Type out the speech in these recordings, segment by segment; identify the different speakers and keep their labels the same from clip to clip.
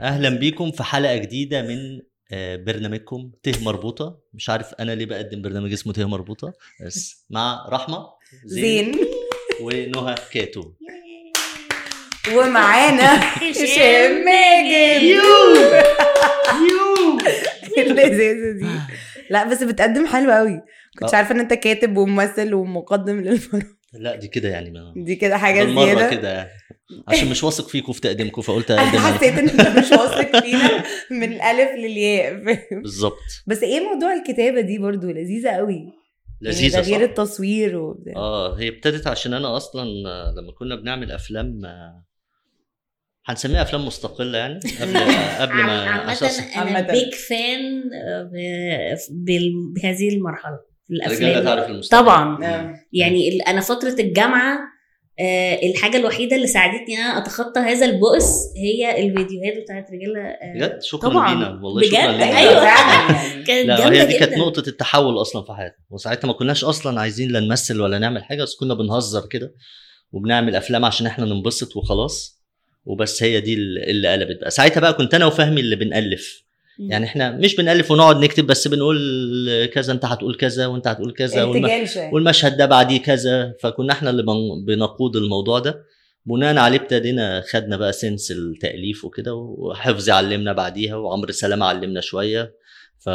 Speaker 1: اهلا بيكم في حلقه جديده من آه، برنامجكم ته مربوطه مش عارف انا ليه بقدم برنامج اسمه ته مربوطه بس مع رحمه
Speaker 2: زين
Speaker 1: ونهى كاتو
Speaker 2: ومعانا هشام ماجد
Speaker 1: يو
Speaker 2: اللذاذه دي لا بس بتقدم حلو قوي كنتش
Speaker 1: آه.
Speaker 2: عارفه ان انت كاتب وممثل ومقدم للفرح
Speaker 1: لا دي كده يعني ما
Speaker 2: دي كده حاجه
Speaker 1: بالمره
Speaker 2: زياده
Speaker 1: كده يعني عشان مش واثق فيكم في تقديمكم فقلت
Speaker 2: انا
Speaker 1: اقدم أنا.
Speaker 2: حسيت ان انت مش واثق فينا من الالف للياء فاهم؟
Speaker 1: بالظبط
Speaker 2: بس ايه موضوع الكتابه دي برضو لذيذه قوي
Speaker 1: لذيذه
Speaker 2: يعني ده
Speaker 1: صح؟
Speaker 2: غير التصوير وبتاع
Speaker 1: اه هي ابتدت عشان انا اصلا آه، لما كنا بنعمل افلام آه، هنسميها افلام مستقله يعني قبل قبل ما أساساً.
Speaker 3: عامة أنا
Speaker 2: عامة.
Speaker 3: بيج فان بهذه المرحلة في
Speaker 1: الرجاله
Speaker 3: الأفلام
Speaker 1: تعرف المستقبل
Speaker 3: طبعاً.
Speaker 2: آه.
Speaker 3: يعني ال- أنا فترة الجامعة آه، الحاجة الوحيدة اللي ساعدتني إن أنا أتخطى هذا البؤس هي الفيديوهات بتاعت رجالة آه،
Speaker 1: بجد شكرا
Speaker 3: طبعاً.
Speaker 1: لينا والله شكرا
Speaker 3: بجد،
Speaker 1: لينا
Speaker 3: أيوة.
Speaker 2: فعلا يعني.
Speaker 3: كانت
Speaker 1: لا هي
Speaker 3: جامدة
Speaker 1: دي كانت
Speaker 3: جدا
Speaker 1: نقطة التحول أصلا في حياتنا وساعتها ما كناش أصلا عايزين لا نمثل ولا نعمل حاجة بس كنا بنهزر كده وبنعمل أفلام عشان إحنا ننبسط وخلاص وبس هي دي اللي قلبت بقى ساعتها بقى كنت أنا وفهمي اللي بنألف يعني إحنا مش بنألف ونقعد نكتب بس بنقول كذا أنت هتقول كذا وأنت هتقول
Speaker 3: إيه،
Speaker 1: كذا والم...
Speaker 2: ارتجال شويه
Speaker 1: والمشهد ده بعديه كذا فكنا إحنا اللي بن... بنقود الموضوع ده بناء عليه ابتدينا خدنا بقى سنس التأليف وكده وحفظي علمنا بعديها وعمرو سلامة علمنا شوية ف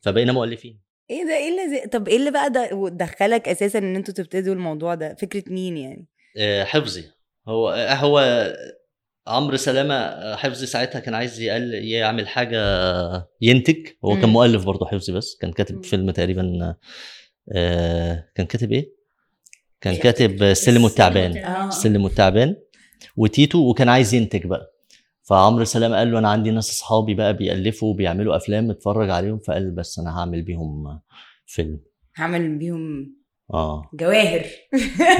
Speaker 1: فبقينا مؤلفين
Speaker 2: ايه ده ايه اللي زي... طب ايه اللي بقى ده دخلك اساسا ان انتوا تبتدوا الموضوع ده فكره مين يعني
Speaker 1: آه، حفظي هو آه، هو عمرو سلامه آه، حفظي ساعتها كان عايز يقل يعمل حاجه ينتج هو كان
Speaker 2: مم.
Speaker 1: مؤلف برضه حفظي بس كان
Speaker 3: مم.
Speaker 1: كاتب فيلم تقريبا آه، كان كاتب ايه؟ كان
Speaker 3: كان
Speaker 1: كاتب السلم والتعبان
Speaker 2: آه.
Speaker 3: آه.
Speaker 1: السلم والتعبان وتيتو وكان عايز ينتج بقى فعمرو سلامه قال له انا عندي ناس اصحابي بقى بيالفوا وبيعملوا افلام اتفرج عليهم فقال بس انا هعمل بيهم فيلم
Speaker 2: هعمل بيهم
Speaker 1: اه
Speaker 2: جواهر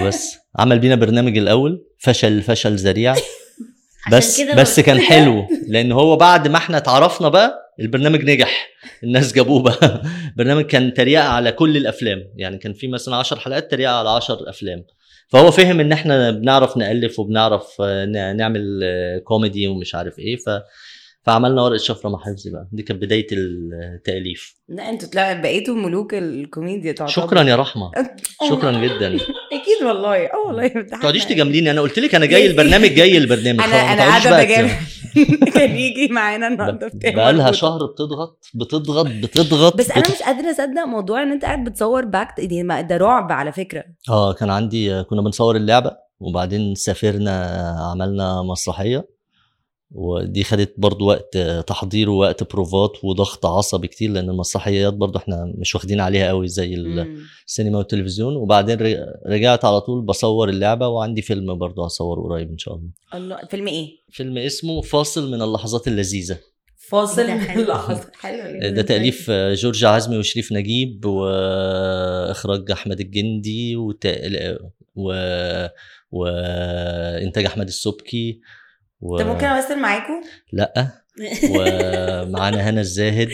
Speaker 1: بس عمل بينا برنامج الاول فشل فشل ذريع
Speaker 3: عشان
Speaker 1: بس
Speaker 3: كده
Speaker 1: بس كان حلو لان هو بعد ما احنا اتعرفنا بقى البرنامج نجح الناس جابوه بقى برنامج كان تريقه على كل الافلام يعني كان في مثلا 10 حلقات تريقه على 10 افلام فهو فهم ان احنا بنعرف نالف وبنعرف آه، ن- نعمل آه، كوميدي ومش عارف ايه ف فعملنا ورقه شفره مع حفظي بقى دي كانت بدايه التاليف
Speaker 2: لا انتوا طلع بقيتوا ملوك الكوميديا تعتبر
Speaker 1: شكرا يا رحمه شكرا جدا
Speaker 2: اكيد والله اه والله ما
Speaker 1: ما تقعديش تجامليني انا قلت لك انا جاي البرنامج جاي البرنامج
Speaker 2: انا
Speaker 1: فما
Speaker 2: انا
Speaker 1: تقعديش
Speaker 2: قاعده
Speaker 1: بقى
Speaker 2: بجامل
Speaker 1: ت-
Speaker 2: كان يجي معانا النهارده بتاع
Speaker 1: بقى لها
Speaker 2: مربوط.
Speaker 1: شهر بتضغط بتضغط بتضغط
Speaker 2: بس انا
Speaker 1: بت-
Speaker 2: مش قادره اصدق موضوع ان انت قاعد بتصور باك دي ما- ده رعب على فكره
Speaker 1: اه كان عندي كنا بنصور اللعبه وبعدين سافرنا عملنا مسرحيه ودي خدت برضو وقت تحضير ووقت بروفات وضغط عصبي كتير لان المسرحيات برضو احنا مش واخدين عليها قوي زي
Speaker 2: مم.
Speaker 1: السينما والتلفزيون وبعدين ر- رجعت على طول بصور اللعبه وعندي فيلم برضو هصوره قريب ان شاء الله
Speaker 2: الله فيلم ايه
Speaker 1: فيلم اسمه فاصل من اللحظات اللذيذه
Speaker 2: فاصل
Speaker 3: ده حلو.
Speaker 2: لحظه حلو
Speaker 1: آه، ده تأليف جورج عزمي وشريف نجيب وإخراج أحمد الجندي وت... و... وإنتاج أحمد السبكي و...
Speaker 2: طب ممكن امثل معاكم
Speaker 1: لأ ومعانا هنا الزاهد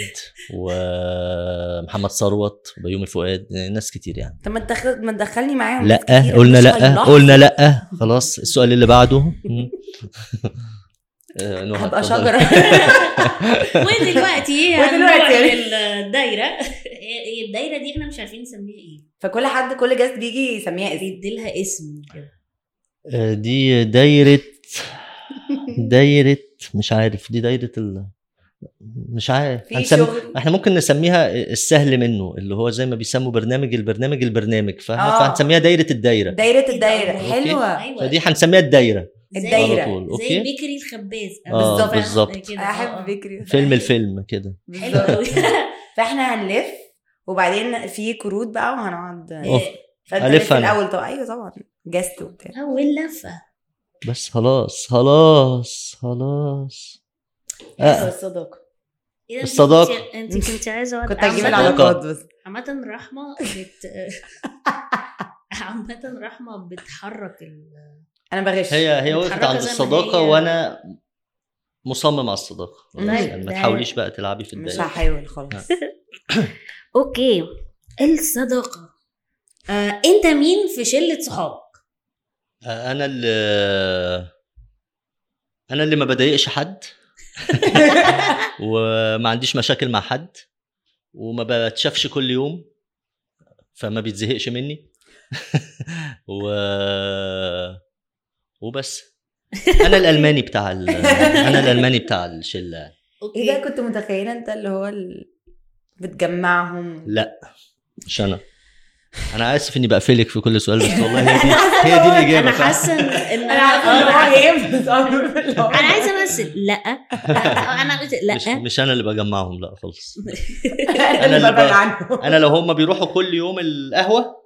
Speaker 1: ومحمد ثروت وبيومي فؤاد ناس كتير يعني
Speaker 2: طب ما تدخل ما تدخلني معاهم ناس
Speaker 1: لأ
Speaker 2: كتير.
Speaker 1: قلنا
Speaker 2: مش
Speaker 1: لأ
Speaker 2: هيلاحظوا.
Speaker 1: قلنا لأ خلاص السؤال اللي بعده م. آه، نهى،
Speaker 2: هبقى
Speaker 1: اتفضل.
Speaker 2: شجره
Speaker 3: ودلوقتي
Speaker 2: ودلوقتي
Speaker 3: هنروح
Speaker 2: يعني.
Speaker 3: للدايرة الدايرة دي احنا مش عارفين نسميها ايه
Speaker 2: فكل حد كل جاست بيجي يسميها اسم
Speaker 3: بيديلها اسم كده
Speaker 1: آه، دي دايرة دايرة مش عارف دي دايرة ال مش عارف
Speaker 2: في
Speaker 1: هنسم...
Speaker 2: شغل
Speaker 1: احنا ممكن نسميها السهل منه اللي هو زي ما بيسموا برنامج البرنامج البرنامج فاهمة
Speaker 2: آه.
Speaker 1: فهنسميها دايرة الدايرة
Speaker 2: دايره
Speaker 3: إيه ده؟
Speaker 2: الدايره
Speaker 3: أوكي.
Speaker 2: حلوه
Speaker 3: ايوه
Speaker 1: فدي هنسميها الدايرة
Speaker 3: زي-
Speaker 2: الدايرة.
Speaker 1: على طول،
Speaker 3: زي
Speaker 1: أوكي.
Speaker 3: بيكري الخباز
Speaker 1: آه،
Speaker 3: بالظبط.
Speaker 1: بالظبط.
Speaker 3: كده، آه، آه.
Speaker 2: احب بكري
Speaker 1: فيلم الفيلم كده
Speaker 3: حلو
Speaker 2: بالظبط.
Speaker 3: قوي
Speaker 2: فاحنا هنلف وبعدين في كروت بقى وهنقعد
Speaker 1: أوف.
Speaker 3: آه،
Speaker 2: فانت
Speaker 1: ألف
Speaker 2: لف
Speaker 1: أنا.
Speaker 2: الاول طبعا ايوه طبعا جاست وبتاع
Speaker 3: اول لفه
Speaker 1: بس خلاص خلاص خلاص آه.
Speaker 2: الصداقه
Speaker 3: إيه ده، أنت
Speaker 1: الصداقة.
Speaker 3: كنت- انت كنت عايزه أقعد-
Speaker 2: كنت هجيب
Speaker 3: عامة-
Speaker 2: العلاقات بس
Speaker 3: عامه رحمه بت عامه رحمه بتحرك ال...
Speaker 2: انا بغش
Speaker 1: هي هي وقفت
Speaker 3: متحركة
Speaker 1: عند
Speaker 3: زي ما
Speaker 1: الصداقة
Speaker 3: هي.
Speaker 1: وانا مصمم على الصداقة خلاص،
Speaker 3: طيب،
Speaker 1: يعني
Speaker 3: ده-
Speaker 1: ما تحاوليش بقى تلعبي في
Speaker 2: مش
Speaker 1: الدايرة
Speaker 2: هحاول خلاص
Speaker 1: آه.
Speaker 3: اوكي الصداقه آه، انت مين في شله صحابك
Speaker 1: آه، انا اللي انا اللي ما بضايقش حد وما عنديش مشاكل مع حد وما بتشافش كل يوم فما بيتزهقش مني و وبس انا الالماني بتاع ال... انا الالماني بتاع الشله
Speaker 2: ايه
Speaker 3: اوكي
Speaker 2: ده كنت متخيله انت اللي هو ال... بتجمعهم
Speaker 1: لا مش انا انا اسف اني بقفلك في كل سؤال بس والله يعني هي دي هي دي الاجابه
Speaker 3: انا
Speaker 1: فعلا.
Speaker 3: حاسه ان إن
Speaker 2: انا عارفه ان
Speaker 3: آه،
Speaker 2: هو هينفذ أمر اللي هو-
Speaker 3: انا عايزه امثل لا انا قلت
Speaker 1: مش,
Speaker 3: لا
Speaker 1: مش انا اللي بجمعهم لا خالص
Speaker 2: انا
Speaker 1: أنا
Speaker 2: اللي
Speaker 1: اللي
Speaker 2: ببعد
Speaker 1: بقى-
Speaker 2: عنه
Speaker 1: انا لو هم بيروحوا كل يوم القهوه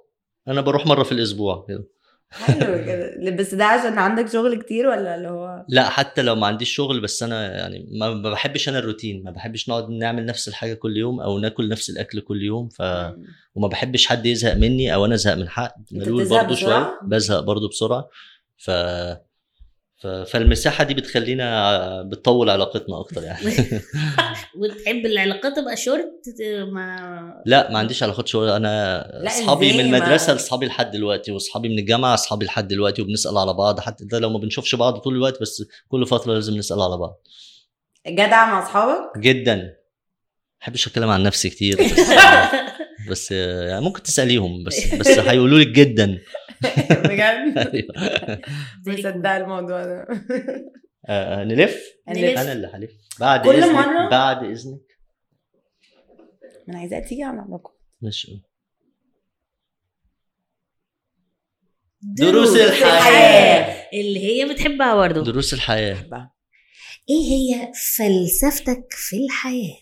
Speaker 1: انا بروح مره في الاسبوع كده.
Speaker 2: حلو كده بس ده عشان عندك شغل كتير ولا اللي هو
Speaker 1: لا حتى لو ما عنديش شغل بس انا يعني ما ما بحبش انا الروتين ما بحبش نقعد نعمل نفس الحاجه كل يوم او ناكل نفس الاكل كل يوم ف وما بحبش حد يزهق مني او انا ازهق من حد ملول
Speaker 2: بتزهق
Speaker 1: برضه
Speaker 2: بسرعة؟
Speaker 1: شويه بزهق برضه بسرعه ف... ف فالمساحه دي بتخلينا بتطول علاقتنا اكتر يعني
Speaker 3: وتحب العلاقات تبقى شورت ما
Speaker 1: لا ما عنديش علاقات شغل انا
Speaker 2: لا،
Speaker 1: اصحابي
Speaker 2: إزاي
Speaker 1: من
Speaker 2: ما-
Speaker 1: المدرسه لاصحابي لحد دلوقتي واصحابي من الجامعه اصحابي لحد دلوقتي وبنسال على بعض حتى ده لو ما بنشوفش بعض طول الوقت بس كل فتره لازم نسال على بعض
Speaker 2: جدع مع اصحابك
Speaker 1: جدا ما بحبش اتكلم عن نفسي كتير بس, بس يعني ممكن تساليهم بس بس هيقولوا لك جدا
Speaker 2: بجد
Speaker 1: أيوة.
Speaker 2: مصدقه الموضوع ده
Speaker 1: آه، نلف
Speaker 3: نلف.
Speaker 1: انا اللي هلف بعد
Speaker 2: كل
Speaker 1: إذنك-
Speaker 2: مرة؟
Speaker 1: بعد اذنك
Speaker 2: انا عايزاها تيجي على علاقه
Speaker 1: مش دروس الحياة.
Speaker 3: اللي هي بتحبها برضه
Speaker 1: دروس الحياه
Speaker 2: بحبها
Speaker 3: ايه هي فلسفتك في الحياه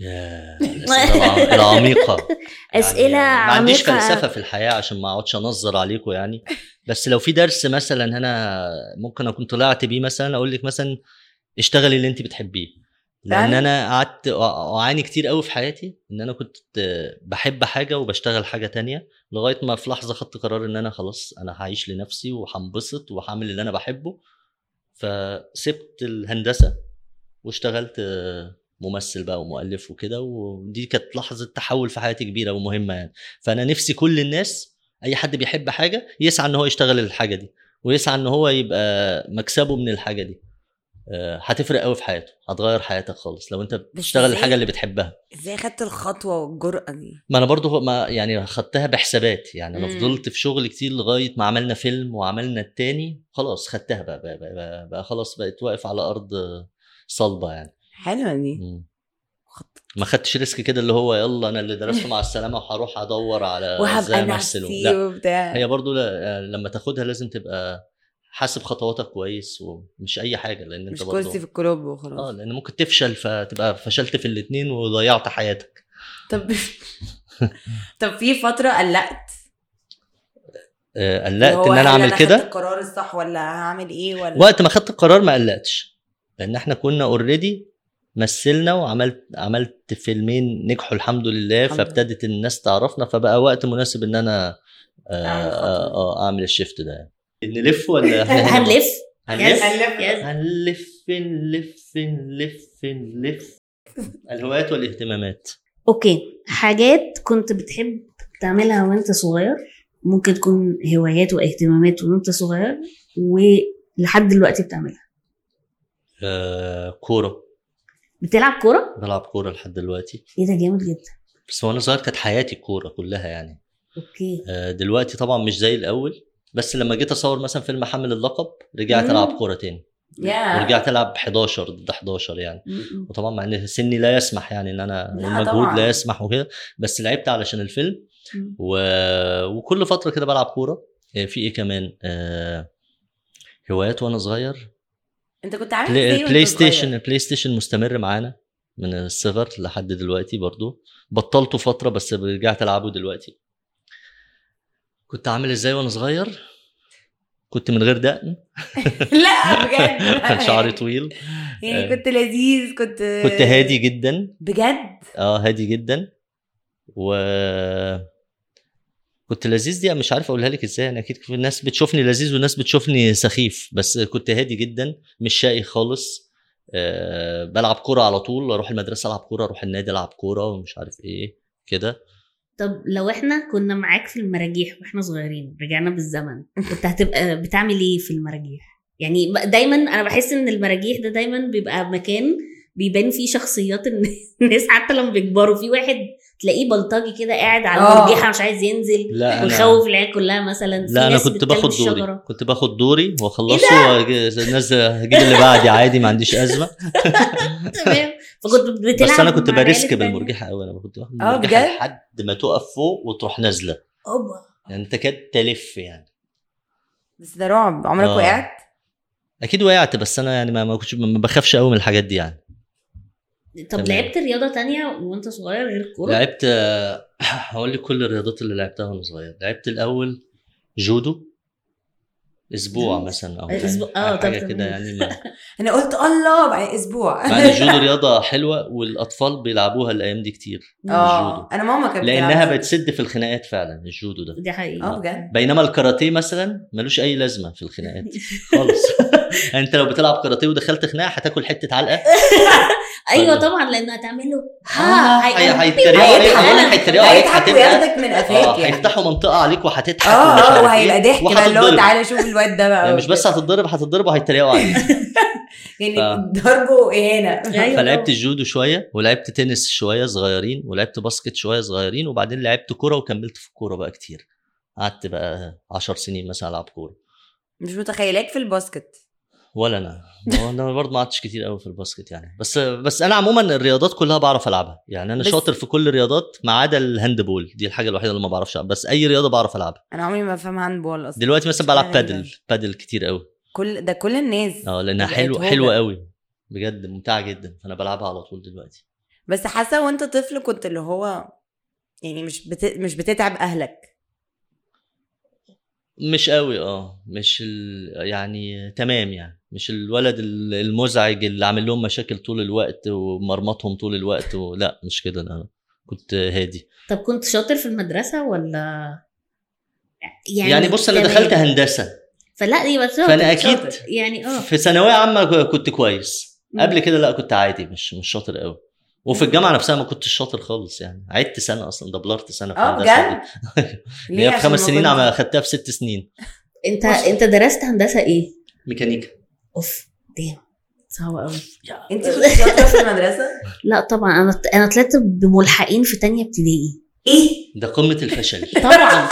Speaker 1: يا الأسئلة الع- العميقة
Speaker 3: اسئله
Speaker 1: يعني ما عنديش
Speaker 3: عميقة.
Speaker 1: فلسفه في الحياه عشان ما اقعدش انظر عليكم يعني بس لو في درس مثلا انا ممكن اكون طلعت بيه مثلا اقول لك مثلا اشتغلي اللي انت بتحبيه لان
Speaker 2: فعلا؟
Speaker 1: انا قعدت أع- اعاني كتير قوي في حياتي ان انا كنت بحب حاجه وبشتغل حاجه تانية لغايه ما في لحظه خدت قرار ان انا خلاص انا هعيش لنفسي وهنبسط وهعمل اللي انا بحبه فسبت الهندسه واشتغلت ممثل بقى ومؤلف وكده ودي كانت لحظه تحول في حياتي كبيره ومهمه يعني فانا نفسي كل الناس اي حد بيحب حاجه يسعى ان هو يشتغل الحاجه دي ويسعى ان هو يبقى مكسبه من الحاجه دي آه، هتفرق قوي في حياته هتغير حياتك خالص لو انت بتشتغل
Speaker 2: إزاي؟
Speaker 1: الحاجه اللي بتحبها
Speaker 2: ازاي خدت الخطوه والجرأه دي
Speaker 1: ما انا برضه ما يعني خدتها بحسابات يعني انا
Speaker 2: مم.
Speaker 1: فضلت في شغل كتير لغايه ما عملنا فيلم وعملنا التاني خلاص خدتها بقى بقى, بقى, بقى, بقى خلاص بقيت واقف على ارض صلبه يعني
Speaker 2: حلوه دي
Speaker 1: مم. ما خدتش ريسك كده اللي هو يلا انا اللي درسته مع السلامه وهروح ادور على ازاي
Speaker 2: وهبقى
Speaker 1: امثل
Speaker 2: نفسي
Speaker 1: لا
Speaker 2: وبتاع
Speaker 1: هي برضو لا- يعني لما تاخدها لازم تبقى حاسب خطواتك كويس ومش اي حاجه لان انت
Speaker 2: مش
Speaker 1: برضو
Speaker 2: كرسي في الكلوب
Speaker 1: اه
Speaker 2: وخلاص
Speaker 1: لان ممكن تفشل فتبقى فشلت في الاثنين وضيعت حياتك
Speaker 2: طب طب في فتره قلقت
Speaker 1: آه،
Speaker 2: اللي
Speaker 1: قلقت
Speaker 2: هو
Speaker 1: ان
Speaker 2: هل
Speaker 1: انا اعمل
Speaker 2: خدت
Speaker 1: كده
Speaker 2: القرار الصح ولا هعمل ايه ولا
Speaker 1: وقت ما خدت القرار ما قلقتش لان احنا كنا اوريدي مثلنا وعملت عملت فيلمين نجحوا الحمد لله
Speaker 2: الحمد لله.
Speaker 1: فابتدت الناس تعرفنا فبقى وقت مناسب ان انا آه،
Speaker 2: أعمل الخطوة
Speaker 1: آه،
Speaker 2: دي.
Speaker 1: آه، اعمل الشيفت ده يعني. نلف ولا
Speaker 3: هنلف
Speaker 1: هنلف
Speaker 2: هنلف.
Speaker 3: يس.
Speaker 1: هنلف نلف نلف نلف الهوايات والاهتمامات
Speaker 3: اوكي حاجات كنت بتحب تعملها وانت صغير ممكن تكون هوايات واهتمامات وانت صغير ولحد دلوقتي بتعملها
Speaker 1: آه كورة
Speaker 3: بتلعب كوره
Speaker 1: بلعب كورة لحد دلوقتي
Speaker 3: ايه ده جامد جدا
Speaker 1: بس وانا صغير كانت حياتي الكورة كلها يعني
Speaker 3: اوكي
Speaker 1: آه، دلوقتي طبعا مش زي الاول بس لما جيت اصور مثلا فيلم حامل اللقب رجعت
Speaker 3: مم.
Speaker 1: العب كوره تاني
Speaker 2: يا.
Speaker 1: ورجعت العب 11 ضد 11 يعني
Speaker 3: م-م.
Speaker 1: وطبعا مع ان سني لا يسمح يعني ان انا
Speaker 2: لا
Speaker 1: المجهود
Speaker 2: طبعاً.
Speaker 1: لا يسمح وكده بس لعبت علشان الفيلم
Speaker 3: مم.
Speaker 1: و... وكل فتره كده بلعب كوره آه، في ايه كمان آه، هوايات وانا صغير
Speaker 2: انت كنت عامل
Speaker 1: بلاي,
Speaker 2: ايه
Speaker 1: بلاي
Speaker 2: وأنت صغير؟
Speaker 1: ستيشن البلاي ستيشن مستمر معانا من الصغر لحد دلوقتي برضو بطلته فتره بس رجعت العبه دلوقتي كنت عامل ازاي وانا صغير كنت من غير دقن
Speaker 2: لا بجد
Speaker 1: كان شعري طويل آه.
Speaker 2: يعني كنت لذيذ كنت
Speaker 1: كنت هادي جدا
Speaker 2: بجد
Speaker 1: اه هادي جدا و كنت لذيذ دي أنا مش عارف اقولها لك يعني ازاي انا اكيد في ناس بتشوفني لذيذ وناس بتشوفني سخيف بس كنت هادي جدا مش شقي خالص آه بلعب كوره على طول اروح المدرسه العب كوره اروح النادي العب كوره ومش عارف ايه كده
Speaker 3: طب لو احنا كنا معاك في المراجيح واحنا صغيرين رجعنا بالزمن كنت هتبقى بتعمل ايه في المراجيح يعني ب- دايما انا بحس ان المراجيح ده دايما بيبقى مكان بيبان فيه شخصيات الن- الناس حتى لما بيكبروا في واحد تلاقيه بلطجي كده قاعد على
Speaker 2: آه.
Speaker 3: المرجيحه مش عايز ينزل
Speaker 1: لا انا
Speaker 3: ويخوف العيال كلها مثلا في
Speaker 1: لا انا
Speaker 3: ناس إيه
Speaker 1: كنت
Speaker 3: بتكلم
Speaker 1: باخد دوري
Speaker 3: الشجرة.
Speaker 1: كنت باخد دوري واخلصه وأجي- الناس هجيب اللي بعدي عادي ما عنديش ازمه
Speaker 3: تمام فكنت بتلعب
Speaker 1: بس انا كنت
Speaker 3: مع العيال
Speaker 1: بريسك
Speaker 3: التانية.
Speaker 1: بالمرجحه قوي انا كنت باخد
Speaker 2: آه،
Speaker 1: المرجحه
Speaker 2: بجد؟
Speaker 1: لحد ما تقف فوق وتروح نازله
Speaker 3: اوبا
Speaker 1: يعني انت كاد تلف يعني
Speaker 2: بس ده رعب عمرك
Speaker 1: آه.
Speaker 2: وقعت؟
Speaker 1: اكيد وقعت بس انا يعني ما ما كنتش ما بخافش قوي من الحاجات دي يعني
Speaker 3: طب
Speaker 1: تمام.
Speaker 3: لعبت رياضه تانية وانت صغير غير الكوره
Speaker 1: لعبت آه، هقول لك كل الرياضات اللي لعبتها وانا صغير لعبت الاول جودو اسبوع
Speaker 3: جامد.
Speaker 1: مثلا او
Speaker 3: أسبوع-
Speaker 1: يعني
Speaker 3: آه، طب
Speaker 1: حاجه
Speaker 3: تمام.
Speaker 1: كده يعني ما-
Speaker 2: انا قلت الله بعد اسبوع
Speaker 1: مع ان الجودو رياضه حلوه والاطفال بيلعبوها الايام دي كتير الجودو.
Speaker 2: اه انا ماما كانت بتلعب
Speaker 1: لانها
Speaker 2: جودو.
Speaker 1: بتسد في الخناقات فعلا الجودو ده
Speaker 3: دي حقيقه
Speaker 2: اه بجد
Speaker 1: بينما الكاراتيه مثلا ملوش اي لازمه في الخناقات خالص يعني انت لو بتلعب كاراتيه ودخلت خناقه هتاكل حته علقه
Speaker 3: ايوه
Speaker 1: فعلا.
Speaker 3: طبعا لانه هتعمله
Speaker 1: طيب. آه،
Speaker 3: هي-
Speaker 1: هي- هيتريقوا عليك
Speaker 2: هيضحك.
Speaker 1: كمان هيتريقوا عليك
Speaker 2: هيضحك
Speaker 1: هتبقى
Speaker 2: وياخدك من
Speaker 1: اه
Speaker 2: قفاك يعني
Speaker 1: هيفتحوا منطقه عليك وهتضحك
Speaker 2: اه
Speaker 1: ومش عارف
Speaker 2: اه
Speaker 1: إيه،
Speaker 2: وهيبقى ضحك بقى اللي هو
Speaker 1: وهتتضرب.
Speaker 2: تعالى شوف الواد ده بقى
Speaker 1: يعني مش بس آه. هتتضرب هتتضرب وهيتريقوا عليك
Speaker 2: يعني
Speaker 1: ف-
Speaker 2: ضربه اهانه
Speaker 3: أيوة
Speaker 1: فلعبت
Speaker 3: طبعاً.
Speaker 1: جودو شويه ولعبت تنس شويه صغيرين ولعبت باسكت شويه صغيرين وبعدين لعبت كوره وكملت في الكوره بقى كتير قعدت بقى 10 سنين مثلا العب كوره
Speaker 2: مش متخيلاك في الباسكت
Speaker 1: ولا انا هو انا برضه ما قعدتش كتير قوي في الباسكت يعني بس بس انا عموما الرياضات كلها بعرف العبها يعني انا
Speaker 2: بس-
Speaker 1: شاطر في كل الرياضات ما عدا الهاندبول دي الحاجه الوحيده اللي ما بعرفش ألعبها. بس اي رياضه بعرف العبها
Speaker 2: انا عمري ما فاهم هاند بول اصلا
Speaker 1: دلوقتي مثلا بلعب
Speaker 2: غريبة.
Speaker 1: بادل بادل كتير قوي
Speaker 2: كل ده كل الناس
Speaker 1: اه لانها
Speaker 2: بقت
Speaker 1: حلوه
Speaker 2: هوبة.
Speaker 1: حلوه قوي بجد ممتعه جدا فانا بلعبها على طول دلوقتي
Speaker 2: بس حاسه وانت طفل كنت اللي هو يعني مش بت... مش بتتعب اهلك
Speaker 1: مش قوي اه مش ال... يعني تمام يعني مش الولد ال- المزعج اللي عامل لهم مشاكل طول الوقت ومرمطهم طول الوقت و... لا مش كده انا كنت هادي
Speaker 3: طب كنت شاطر في المدرسه ولا
Speaker 1: يعني, يعني بص انا
Speaker 3: تمام.
Speaker 1: دخلت هندسه
Speaker 3: فلا يبقى شاطر
Speaker 1: فأنا أكيد
Speaker 3: شاطر. يعني اه
Speaker 1: في ثانويه عامه كنت كويس
Speaker 3: مم.
Speaker 1: قبل كده لا كنت عادي مش مش شاطر قوي وفي الجامعه نفسها ما كنتش شاطر خالص يعني عدت سنه اصلا دبلرت سنه في
Speaker 2: اه
Speaker 1: هندسة دي.
Speaker 2: بجد
Speaker 1: اللي هي في
Speaker 2: عشان
Speaker 1: خمس
Speaker 2: ما
Speaker 1: سنين
Speaker 2: كنت-
Speaker 1: عم اخدتها في ست سنين
Speaker 3: انت انت درست هندسه ايه؟
Speaker 1: ميكانيكا
Speaker 3: اوف دام صعبه قوي
Speaker 2: انت كنت شاطره في المدرسه
Speaker 3: لا طبعا انا انا طلعت بملحقين في تانية ابتدائي
Speaker 2: ايه
Speaker 1: ده قمه الفشل
Speaker 3: طبعا
Speaker 1: لا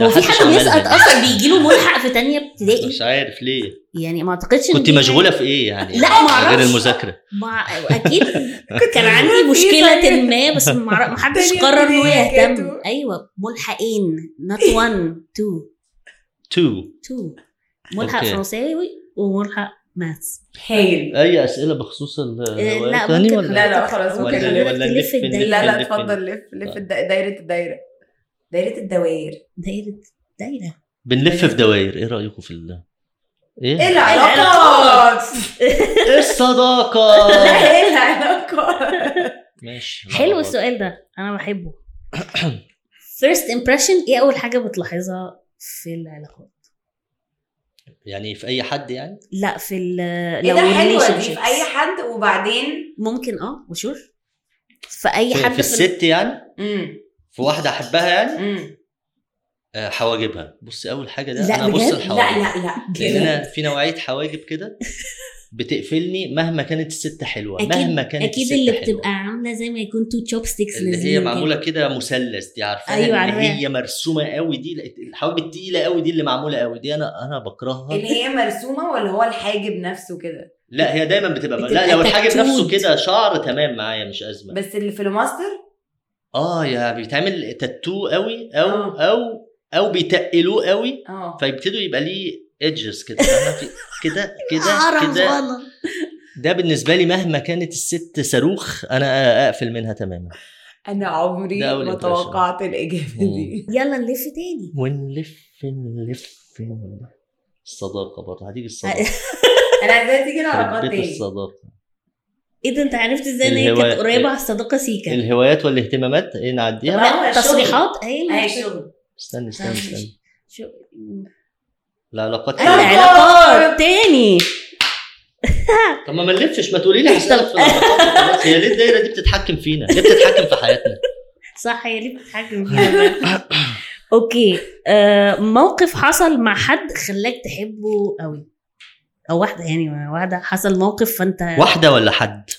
Speaker 3: هو في
Speaker 1: حدش
Speaker 3: حد
Speaker 1: عملها
Speaker 3: بيسقط
Speaker 1: دي.
Speaker 3: اصلا بيجي له ملحق في تانية ابتدائي
Speaker 1: مش عارف ليه
Speaker 3: يعني ما اعتقدش إن
Speaker 1: كنت
Speaker 3: دي
Speaker 1: مشغوله
Speaker 3: حاجة-
Speaker 1: في ايه يعني
Speaker 3: لا، ما
Speaker 1: غير
Speaker 3: أعرفش.
Speaker 1: المذاكره
Speaker 3: مع... اكيد كان
Speaker 2: إيه
Speaker 3: عندي
Speaker 2: طيب؟
Speaker 3: مشكله ما بس ما أعرف- ما حدش
Speaker 2: تانية
Speaker 3: قرر انه
Speaker 2: ابتدائي
Speaker 3: يهتم
Speaker 2: كاتو.
Speaker 3: ايوه ملحقين not one two
Speaker 1: تو
Speaker 3: two ملحق
Speaker 1: أوكي.
Speaker 3: فرنساوي وملحق ماثs
Speaker 2: هايل
Speaker 1: اي اسئله بخصوص
Speaker 3: إيه،
Speaker 1: الهوايه
Speaker 3: لا
Speaker 1: الثانيه
Speaker 3: ممكن
Speaker 1: ولا
Speaker 2: لا، لا، خلاص، ممكن
Speaker 1: ولا
Speaker 2: خلينا
Speaker 1: ولا
Speaker 3: نلف
Speaker 1: نلف
Speaker 3: الدايرة.
Speaker 1: نلف-
Speaker 2: لا لا
Speaker 1: نلف-
Speaker 2: اتفضل لف لف إيه
Speaker 1: طيب.
Speaker 2: الدا- دايره الدايره دايره الدوائر
Speaker 3: دايره دايره
Speaker 1: بنلف في دوائر ايه رايكم في ال...
Speaker 2: ايه
Speaker 3: إيه
Speaker 1: ايه
Speaker 2: العلاقات؟
Speaker 1: إيه الصداقه
Speaker 2: لا ايه العلاقات؟
Speaker 1: ماشي
Speaker 3: حلو السؤال ده انا بحبه first impression ايه اول حاجه بتلاحظها في العلاقات
Speaker 1: يعني في اي حد يعني
Speaker 3: لا في ال
Speaker 2: ايه
Speaker 3: لو
Speaker 2: ده حلوه دي
Speaker 3: relationships.
Speaker 2: في اي حد وبعدين
Speaker 3: ممكن اه وشور في اي
Speaker 1: في,
Speaker 3: حد
Speaker 1: في الست يعني
Speaker 2: امم
Speaker 1: في واحده احبها يعني
Speaker 2: امم
Speaker 1: آه، حواجبها بص اول حاجه ده
Speaker 3: لا،
Speaker 1: انا ابص
Speaker 3: بجد؟
Speaker 2: لا
Speaker 3: لا،
Speaker 1: الحواجب
Speaker 2: لا لا
Speaker 1: لان انا في نوعيه حواجب كده بتقفلني مهما كانت الست حلوه
Speaker 3: أكيد-
Speaker 1: مهما كانت
Speaker 3: اكيد
Speaker 1: الست
Speaker 3: اللي
Speaker 1: حلوة.
Speaker 3: بتبقى عامله زي ما يكون تو تشوب ستيكس
Speaker 1: اللي هي معموله كده مثلث دي عارفاها
Speaker 3: أيوة،
Speaker 1: اللي
Speaker 3: عارفاها.
Speaker 1: هي مرسومه قوي دي لا، الحواجب التقيله قوي دي اللي معموله قوي دي انا انا بكرهها
Speaker 2: اللي هي مرسومه ولا هو الحاجب نفسه كده
Speaker 1: لا هي دايما بتبقى لا
Speaker 3: بتبقى
Speaker 1: لو الحاجب
Speaker 3: تاتود.
Speaker 1: نفسه كده شعر تمام معايا مش ازمه
Speaker 2: بس اللي في الماستر
Speaker 1: اه يا بيتعمل تاتو قوي او
Speaker 2: آه.
Speaker 1: او او بيتقلوه قوي
Speaker 2: اه
Speaker 1: فيبتدوا يبقى ليه ايدجز كده فاهمة؟ في- كده كده
Speaker 3: اعرف
Speaker 1: كده
Speaker 3: والله
Speaker 1: ده بالنسبه لي مهما كانت الست صاروخ انا اقفل منها تماما
Speaker 2: انا عمري
Speaker 1: ده أول
Speaker 2: ما
Speaker 1: impression.
Speaker 2: توقعت الاجابه دي
Speaker 3: يلا نلف تاني
Speaker 1: ونلف نلف نلف. الصداقه برضه هتيجي الصداقه
Speaker 2: انا عايزاها تيجي العلاقات
Speaker 1: تربية
Speaker 2: تاني
Speaker 1: الصداقه
Speaker 3: ايه ده انت عرفت ازاي ان هي
Speaker 1: الهوا-
Speaker 3: كانت قريبه على الصداقه سيكا
Speaker 1: الهوايات والاهتمامات ايه نعديها
Speaker 2: طب هو
Speaker 3: لا
Speaker 2: الشغل.
Speaker 3: تصريحات هي
Speaker 2: اي
Speaker 3: مش-
Speaker 2: شغل
Speaker 1: استنى استنى استنى
Speaker 3: شو-
Speaker 1: العلاقات
Speaker 2: أيوة.
Speaker 1: تانية.
Speaker 3: العلاقات تاني
Speaker 1: طب ما ما نلفش ما تقولي لي هشتغل في العلاقات خلاص. هي ليه الدايره دي بتتحكم فينا؟ ليه بتتحكم في حياتنا؟
Speaker 3: صح هي ليه بتتحكم فينا اوكي آه، موقف حصل مع حد خلاك تحبه قوي او واحده يعني واحده حصل موقف فانت
Speaker 2: آه.
Speaker 1: واحده ولا حد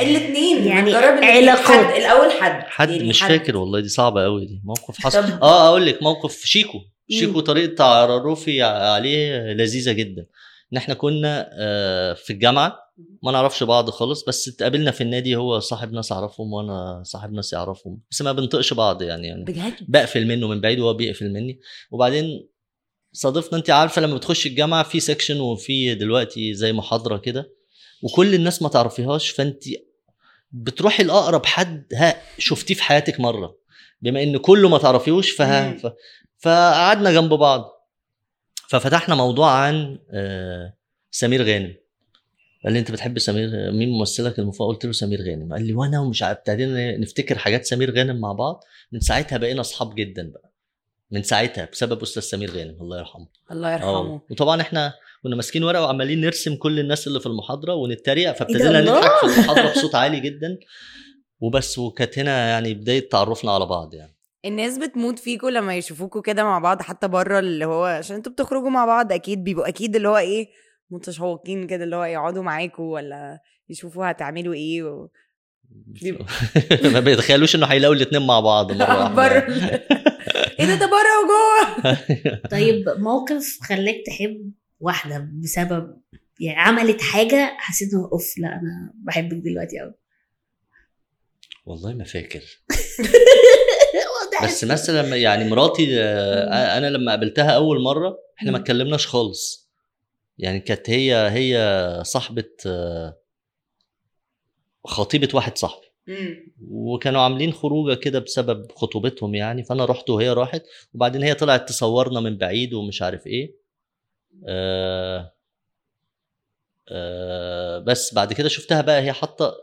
Speaker 2: الاثنين
Speaker 3: يعني علاقات.
Speaker 2: علاقات الاول حد
Speaker 1: حد
Speaker 2: يعني
Speaker 1: مش فاكر والله دي صعبه قوي دي موقف حصل
Speaker 2: طب- إيه؟
Speaker 1: اه اقول لك موقف شيكو شيكو طريقه تعرفي عليه لذيذه جدا ان احنا كنا آه، في الجامعه ما نعرفش بعض خالص بس اتقابلنا في النادي هو صاحب ناس اعرفهم وانا صاحب ناس يعرفهم بس ما بنطقش بعض يعني, يعني
Speaker 2: بجد
Speaker 1: بقفل منه من بعيد وهو بيقفل مني وبعدين صادفنا انت عارفه لما بتخش الجامعه في سكشن وفي دلوقتي زي محاضره كده وكل الناس ما تعرفيهاش فانت بتروحي لاقرب حد ها شفتيه في حياتك مره بما ان كله ما تعرفيهوش فها
Speaker 2: مم.
Speaker 1: ف... فقعدنا جنب بعض ففتحنا موضوع عن آه، سمير غانم قال لي انت بتحب سمير مين ممثلك المفضل قلت له سمير غانم قال لي وانا ومش عارف ابتدينا نفتكر حاجات سمير غانم مع بعض من ساعتها بقينا اصحاب جدا بقى من ساعتها بسبب استاذ سمير غانم الله يرحمه
Speaker 2: الله
Speaker 1: اه
Speaker 2: يرحمه
Speaker 1: وطبعا احنا كنا ماسكين ورقه وعمالين نرسم كل الناس اللي في المحاضره ونتريق
Speaker 2: إيه ده،
Speaker 1: فابتدينا
Speaker 2: الله!
Speaker 1: نضحك في المحاضره بصوت عالي جدا وبس وكانت هنا يعني بدايه تعرفنا على بعض يعني
Speaker 2: الناس بتموت فيكوا لما يشوفوكوا كده مع بعض حتى بره اللي هو عشان انتوا بتخرجوا مع بعض اكيد بيبقوا اكيد اللي هو ايه متشوقين كده اللي هو يقعدوا معاكوا ولا يشوفوا هتعملوا ايه و... بيبقى-
Speaker 1: ما بيتخيلوش انه هيلاقوا الاثنين مع بعض مره واحده
Speaker 2: بره
Speaker 1: يعني.
Speaker 2: ايه ده ده بره وجوه
Speaker 3: طيب موقف خلاك تحب واحده بسبب يعني عملت حاجه حسيت انه اوف لا انا بحبك دلوقتي قوي
Speaker 1: والله ما فاكر بس مثلا يعني مراتي آه، انا لما قابلتها اول مره احنا ما
Speaker 3: مم.
Speaker 1: اتكلمناش خالص يعني كانت هي هي صاحبه آه، خطيبه واحد صاحبي وكانوا عاملين خروجه كده بسبب خطوبتهم يعني فانا رحت وهي راحت وبعدين هي طلعت تصورنا من بعيد ومش عارف ايه آه آه بس بعد كده شفتها بقى هي حاطه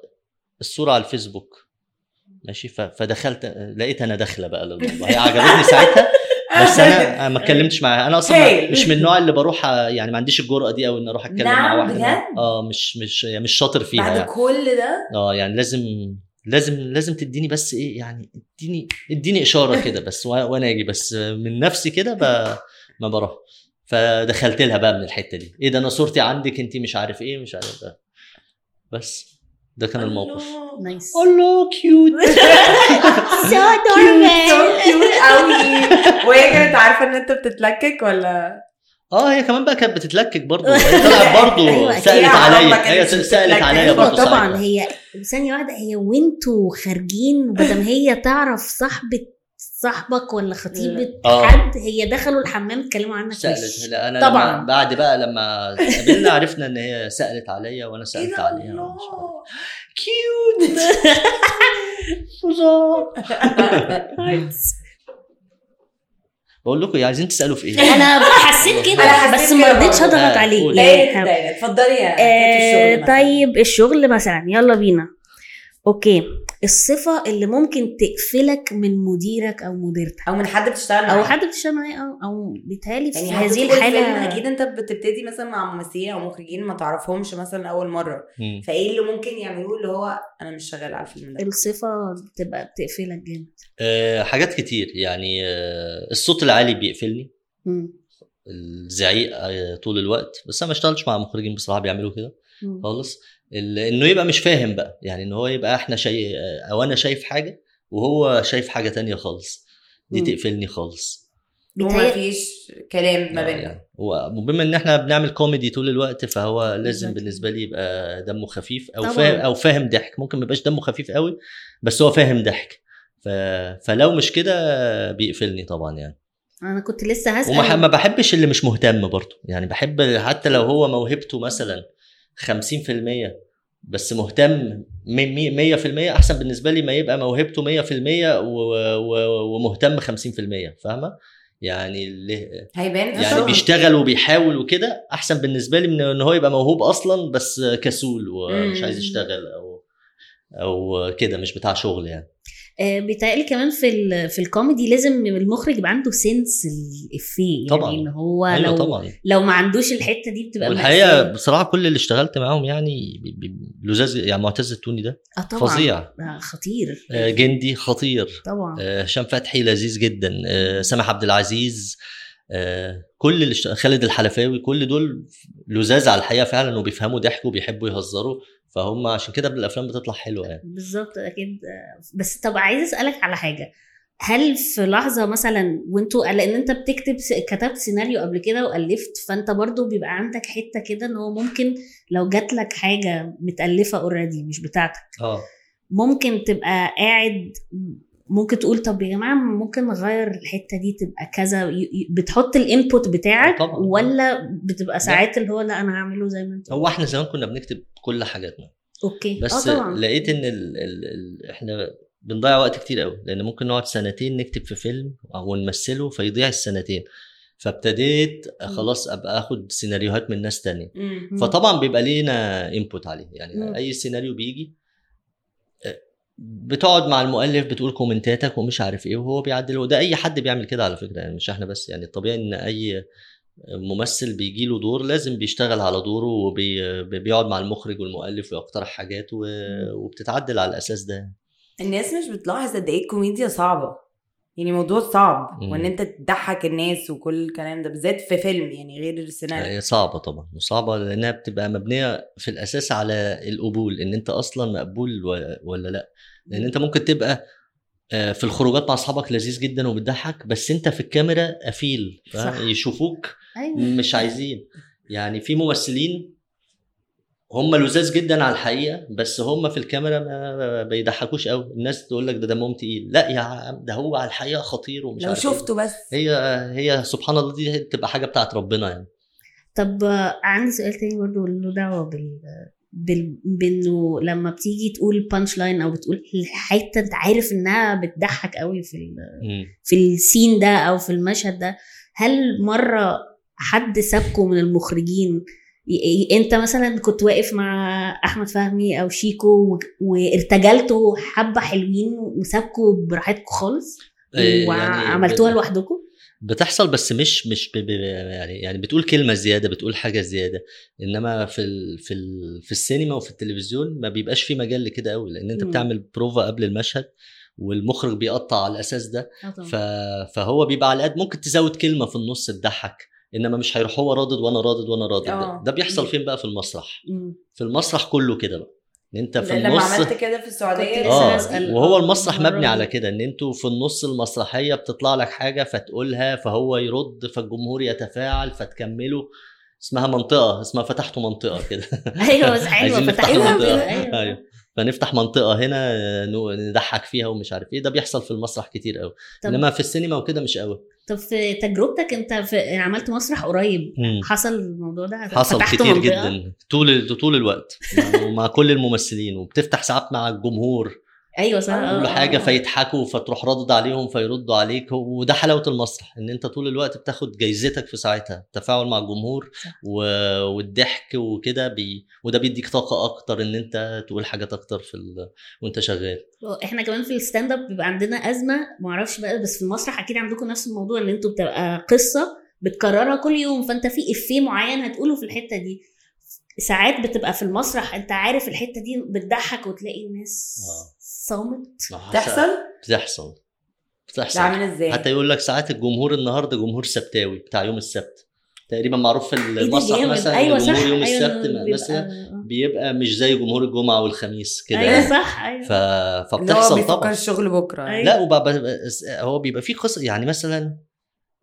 Speaker 1: الصوره على الفيسبوك ماشي ف- فدخلت لقيت انا داخله بقى للموضوع هي عجبتني ساعتها
Speaker 2: آه،
Speaker 1: بس انا أنا ما اتكلمتش معاها انا اصلا ما-
Speaker 2: هايل.
Speaker 1: مش من النوع اللي بروح أ- يعني ما عنديش الجرأه دي او ان اروح اتكلم مع
Speaker 2: نعم،
Speaker 1: واحده
Speaker 2: بجد؟
Speaker 1: اه مش مش يعني مش شاطر فيها يعني.
Speaker 2: كل ده
Speaker 1: اه يعني لازم لازم لازم تديني بس ايه يعني اديني اديني اشاره كده بس وأ- وانا اجي بس من نفسي كده ب... ما بروح فدخلت لها بقى من الحته دي ايه ده انا صورتي عندك انت مش عارف ايه مش عارف ده. بس ده كان الموقف
Speaker 3: نايس
Speaker 1: الله كيوت
Speaker 3: سو
Speaker 2: قوي وهي كانت عارفه ان انت بتتلكك ولا
Speaker 1: اه هي كمان بقى كانت بتتلكك برضه هي طلعت
Speaker 3: أيوة،
Speaker 1: برضه
Speaker 3: أكيد
Speaker 1: سالت
Speaker 2: عمرها ما
Speaker 1: عليا هي
Speaker 2: كانت
Speaker 1: سالت
Speaker 2: بتتلكك.
Speaker 1: عليا
Speaker 2: أيوة
Speaker 1: برضه
Speaker 3: طبعا
Speaker 1: ساعتها
Speaker 3: هي ثانيه واحده هي وانتوا خارجين بدل هي تعرف صاحبه صاحبك ولا خطيبه
Speaker 1: آه.
Speaker 3: حد هي دخلوا الحمام اتكلموا عنك وش.
Speaker 1: سالت لا، انا طبعا
Speaker 3: طبعا.
Speaker 1: لما بعد بقى لما قابلنا عرفنا ان هي سالت عليا وانا
Speaker 2: إيه
Speaker 1: سالت عليها ومش عارف. كيوت
Speaker 2: آه،
Speaker 1: بقول لكم إيه، عايزين تسالوا في ايه
Speaker 3: انا حسيت
Speaker 2: أنا
Speaker 3: كده
Speaker 2: حسيت
Speaker 3: بس
Speaker 2: كده
Speaker 3: ما رضيتش
Speaker 2: برضه.
Speaker 3: اضغط
Speaker 1: آه،
Speaker 3: عليك
Speaker 1: قول.
Speaker 3: يعني
Speaker 2: اتفضلي يا
Speaker 3: آه، طيب الشغل مثلا يلا بينا اوكي الصفة اللي ممكن تقفلك من مديرك او مديرتك
Speaker 2: او من حد بتشتغل
Speaker 1: آه.
Speaker 3: او حد بتشتغل معاه او او بيتهيألي في
Speaker 2: يعني
Speaker 3: هذه
Speaker 2: هتدخل فيلم
Speaker 3: الحالة
Speaker 2: اكيد انت بتبتدي مثلا مع ممثلين او مخرجين ما تعرفهمش مثلا اول مره
Speaker 1: مم.
Speaker 2: فايه اللي ممكن يعملوه اللي هو انا مش شغال على الفيلم ده
Speaker 3: الصفة بتبقى بتقفلك جامد
Speaker 1: آه، حاجات كتير يعني آه، الصوت العالي بيقفلني
Speaker 3: مم.
Speaker 1: الزعيق آه، طول الوقت بس انا ما اشتغلتش مع مخرجين بصراحه بيعملوا كده
Speaker 3: مم.
Speaker 1: خالص ال- انه يبقى مش فاهم بقى يعني ان هو يبقى احنا شيء او انا شايف حاجه وهو شايف حاجه تانية خالص دي
Speaker 3: مم.
Speaker 1: تقفلني خالص
Speaker 2: وما
Speaker 3: بيتهيأ-
Speaker 2: فيش كلام ما
Speaker 1: آه،
Speaker 2: بيننا
Speaker 1: يعني. وبما ان احنا بنعمل كوميدي طول الوقت فهو لازم
Speaker 3: بالظبط.
Speaker 1: بالنسبه لي يبقى دمه خفيف او
Speaker 3: طبعاً.
Speaker 1: فاهم او فاهم ضحك ممكن ما يبقاش دمه خفيف قوي بس هو فاهم ضحك ف... فلو مش كده بيقفلني طبعا يعني
Speaker 3: انا كنت لسه هسأل
Speaker 1: وما ما بحبش اللي مش مهتم برضه يعني بحب حتى لو هو موهبته مثلا 50% بس مهتم م- مية- 100% احسن بالنسبه لي ما يبقى موهبته 100% و... و... ومهتم 50% فاهمه يعني اللي
Speaker 2: هيبان في
Speaker 1: يعني
Speaker 2: الشغل.
Speaker 1: بيشتغل وبيحاول وكده احسن بالنسبه لي من ان هو يبقى موهوب اصلا بس كسول ومش
Speaker 2: مم.
Speaker 1: عايز يشتغل او او كده مش بتاع شغل يعني
Speaker 3: آه، بيتهيألي كمان في ال- في الكوميدي لازم المخرج يبقى عنده سنس الإفيه يعني
Speaker 1: طبعاً.
Speaker 3: ان هو
Speaker 1: ايوه
Speaker 3: لو
Speaker 1: طبعا
Speaker 3: لو ما عندوش الحتة دي بتبقى
Speaker 1: والحقيقه
Speaker 3: مأساة.
Speaker 1: بصراحه كل اللي اشتغلت معاهم يعني بي- بي- لزاز يعني معتز التوني ده
Speaker 3: آه، طبعا
Speaker 1: فظيع
Speaker 3: آه، خطير
Speaker 1: آه، جندي خطير
Speaker 3: طبعا
Speaker 1: آه، هشام فتحي لذيذ جدا آه، سامح عبد العزيز آه، كل اللي اشت- خالد الحلفاوي كل دول لزاز على الحقيقه فعلا وبيفهموا ضحك وبيحبوا يهزروا فهم عشان كده الافلام بتطلع حلوه يعني
Speaker 3: بالظبط اكيد آه، بس طب عايز اسالك على حاجه هل في لحظه مثلا وانتوا لان انت بتكتب كتبت سيناريو قبل كده والفت فانت برضو بيبقى عندك حته كده ان هو ممكن لو جات لك حاجه متالفه اوريدي مش بتاعتك
Speaker 1: اه
Speaker 3: ممكن تبقى قاعد ممكن تقول طب يا جماعه ممكن نغير الحته دي تبقى كذا ي- ي- بتحط الانبوت بتاعك
Speaker 1: طبعاً.
Speaker 3: ولا بتبقى ساعات اللي هو لا انا هعمله زي ما انت
Speaker 1: هو احنا زمان كنا بنكتب كل حاجاتنا
Speaker 3: اوكي
Speaker 1: بس
Speaker 3: اه طبعا
Speaker 1: لقيت ان ال... ال... ال... احنا بنضيع وقت كتير قوي لان ممكن نقعد سنتين نكتب في فيلم او نمثله فيضيع السنتين فابتديت خلاص ابقى اخد سيناريوهات من ناس تانية
Speaker 2: مم.
Speaker 3: مم.
Speaker 1: فطبعا بيبقى لينا انبوت عليه يعني
Speaker 3: مم.
Speaker 1: مم. اي سيناريو بيجي آه، بتقعد مع المؤلف بتقول كومنتاتك ومش عارف ايه وهو بيعدله ده اي حد بيعمل كده على فكره يعني مش احنا بس يعني الطبيعي ان اي ممثل بيجي له دور لازم بيشتغل على دوره وبيقعد مع المخرج والمؤلف ويقترح حاجات و... وبتتعدل على الاساس ده
Speaker 2: الناس مش بتلاحظ قد ايه الكوميديا صعبه يعني موضوع صعب
Speaker 1: مم.
Speaker 2: وان انت تضحك الناس وكل الكلام ده بالذات في فيلم يعني غير السيناريو
Speaker 1: هي صعبه طبعا وصعبه لانها بتبقى مبنيه في الاساس على القبول ان انت اصلا مقبول و- ولا لا لان انت ممكن تبقى آه، في الخروجات مع اصحابك لذيذ جدا وبتضحك بس انت في الكاميرا قفيل فاهم؟
Speaker 3: صح.
Speaker 1: يشوفوك
Speaker 3: ايوه
Speaker 1: مش عايزين يعني في ممثلين هم لذاذ جدا على الحقيقه بس هم في الكاميرا ما ما بيضحكوش قوي الناس تقول لك ده دمهم تقيل لا يا عم ده هو على الحقيقه خطير ومش
Speaker 2: لو
Speaker 1: عارف إيه.
Speaker 2: شفته بس
Speaker 1: هي هي سبحان الله دي تبقى حاجه بتاعت ربنا يعني
Speaker 3: طب آه، عندي سؤال تاني برضو له دعوه بال بال... بانه لما بتيجي تقول بانش لاين او بتقول حته انت عارف انها بتضحك قوي في ال...
Speaker 1: مم.
Speaker 3: في السين ده او في المشهد ده هل مره حد سابكه من المخرجين ي- ي- انت مثلا كنت واقف مع احمد فهمي او شيكو و- وارتجلتوا حبه حلوين وسابكوا براحتكم خالص
Speaker 1: إيه، يعني
Speaker 3: وعملتوها
Speaker 1: بت-
Speaker 3: لوحدكم
Speaker 1: بتحصل بس مش مش ب- ب- يعني يعني بتقول كلمه زياده بتقول حاجه زياده انما في ال في ال في السينما وفي التلفزيون ما بيبقاش في مجال لكده قوي لان انت
Speaker 3: مم.
Speaker 1: بتعمل بروفا قبل المشهد والمخرج بيقطع على الاساس ده
Speaker 3: آه طبعاً.
Speaker 1: ف فهو بيبقى على قد ممكن تزود كلمه في النص تضحك انما مش هيروح هو رادد وانا رادد وانا رادد ده,
Speaker 2: آه.
Speaker 1: ده بيحصل فين بقى في المسرح
Speaker 3: مم.
Speaker 1: في المسرح كله كده بقى إن انت في
Speaker 2: لما
Speaker 1: النص
Speaker 2: عملت كده في السعوديه
Speaker 3: كنت لسه هسأل.
Speaker 1: اه وهو المسرح
Speaker 3: المرة
Speaker 1: مبني على
Speaker 3: دي.
Speaker 1: كده ان انتوا في النص المسرحيه بتطلع لك حاجه فتقولها فهو يرد فالجمهور يتفاعل فتكمله اسمها منطقه اسمها فتحتوا منطقه كده
Speaker 3: ايوه بس حلوه
Speaker 1: عايزين نفتح
Speaker 3: فتحوها
Speaker 1: منطقة.
Speaker 3: كده، أيوة.
Speaker 1: ايوه فنفتح منطقه هنا نو- نضحك فيها ومش عارف ايه ده بيحصل في المسرح كتير قوي
Speaker 3: طب-
Speaker 1: انما في السينما وكده مش قوي
Speaker 3: طب في تجربتك انت في عملت مسرح قريب
Speaker 1: مم.
Speaker 3: حصل الموضوع ده
Speaker 1: حصل
Speaker 3: فتحت
Speaker 1: كتير
Speaker 3: منطقة؟
Speaker 1: جدا طول ال- طول الوقت ومع كل الممثلين وبتفتح ساعات مع الجمهور
Speaker 3: ايوه صح
Speaker 2: آه.
Speaker 1: كل
Speaker 3: آه.
Speaker 1: حاجه فيضحكوا فتروح ردد عليهم فيردوا عليك وده حلاوه المسرح ان انت طول الوقت بتاخد جايزتك في ساعتها التفاعل مع الجمهور
Speaker 3: صح.
Speaker 1: و... والضحك وكده بي... وده بيديك طاقه اكتر ان انت تقول حاجات اكتر في ال... وانت شغال
Speaker 3: احنا كمان في الستاند اب بيبقى عندنا ازمه معرفش بقى بس في المسرح اكيد عندكم نفس الموضوع اللي انتوا بتبقى قصه بتكررها كل يوم فانت في افيه معين هتقوله في الحته دي ساعات بتبقى في المسرح انت عارف الحته دي بتضحك وتلاقي الناس
Speaker 1: آه.
Speaker 3: صامت
Speaker 2: تحصل
Speaker 1: بتحصل
Speaker 2: ده
Speaker 1: بتحصل
Speaker 2: عامل
Speaker 3: إيه؟
Speaker 2: ازاي
Speaker 1: حتى يقول لك ساعات الجمهور النهارده جمهور سبتاوي بتاع يوم السبت تقريبا معروف في
Speaker 3: إيه ده
Speaker 1: المسرح
Speaker 3: جامد.
Speaker 1: مثلا
Speaker 3: ايوه
Speaker 1: إن
Speaker 3: صح
Speaker 1: جمهور يوم
Speaker 3: أيوة
Speaker 1: السبت
Speaker 3: بيبقى-
Speaker 1: مثلا بيبقى مش زي جمهور الجمعه والخميس كده
Speaker 3: ايوه
Speaker 1: يعني.
Speaker 3: صح ايوه
Speaker 1: ف...
Speaker 2: اللي هو
Speaker 1: فبتحصل
Speaker 2: بيفكر
Speaker 1: طبعا
Speaker 2: الشغل بكره
Speaker 3: أيوة.
Speaker 1: لا وبقى آه، هو بيبقى فيه قصه يعني مثلا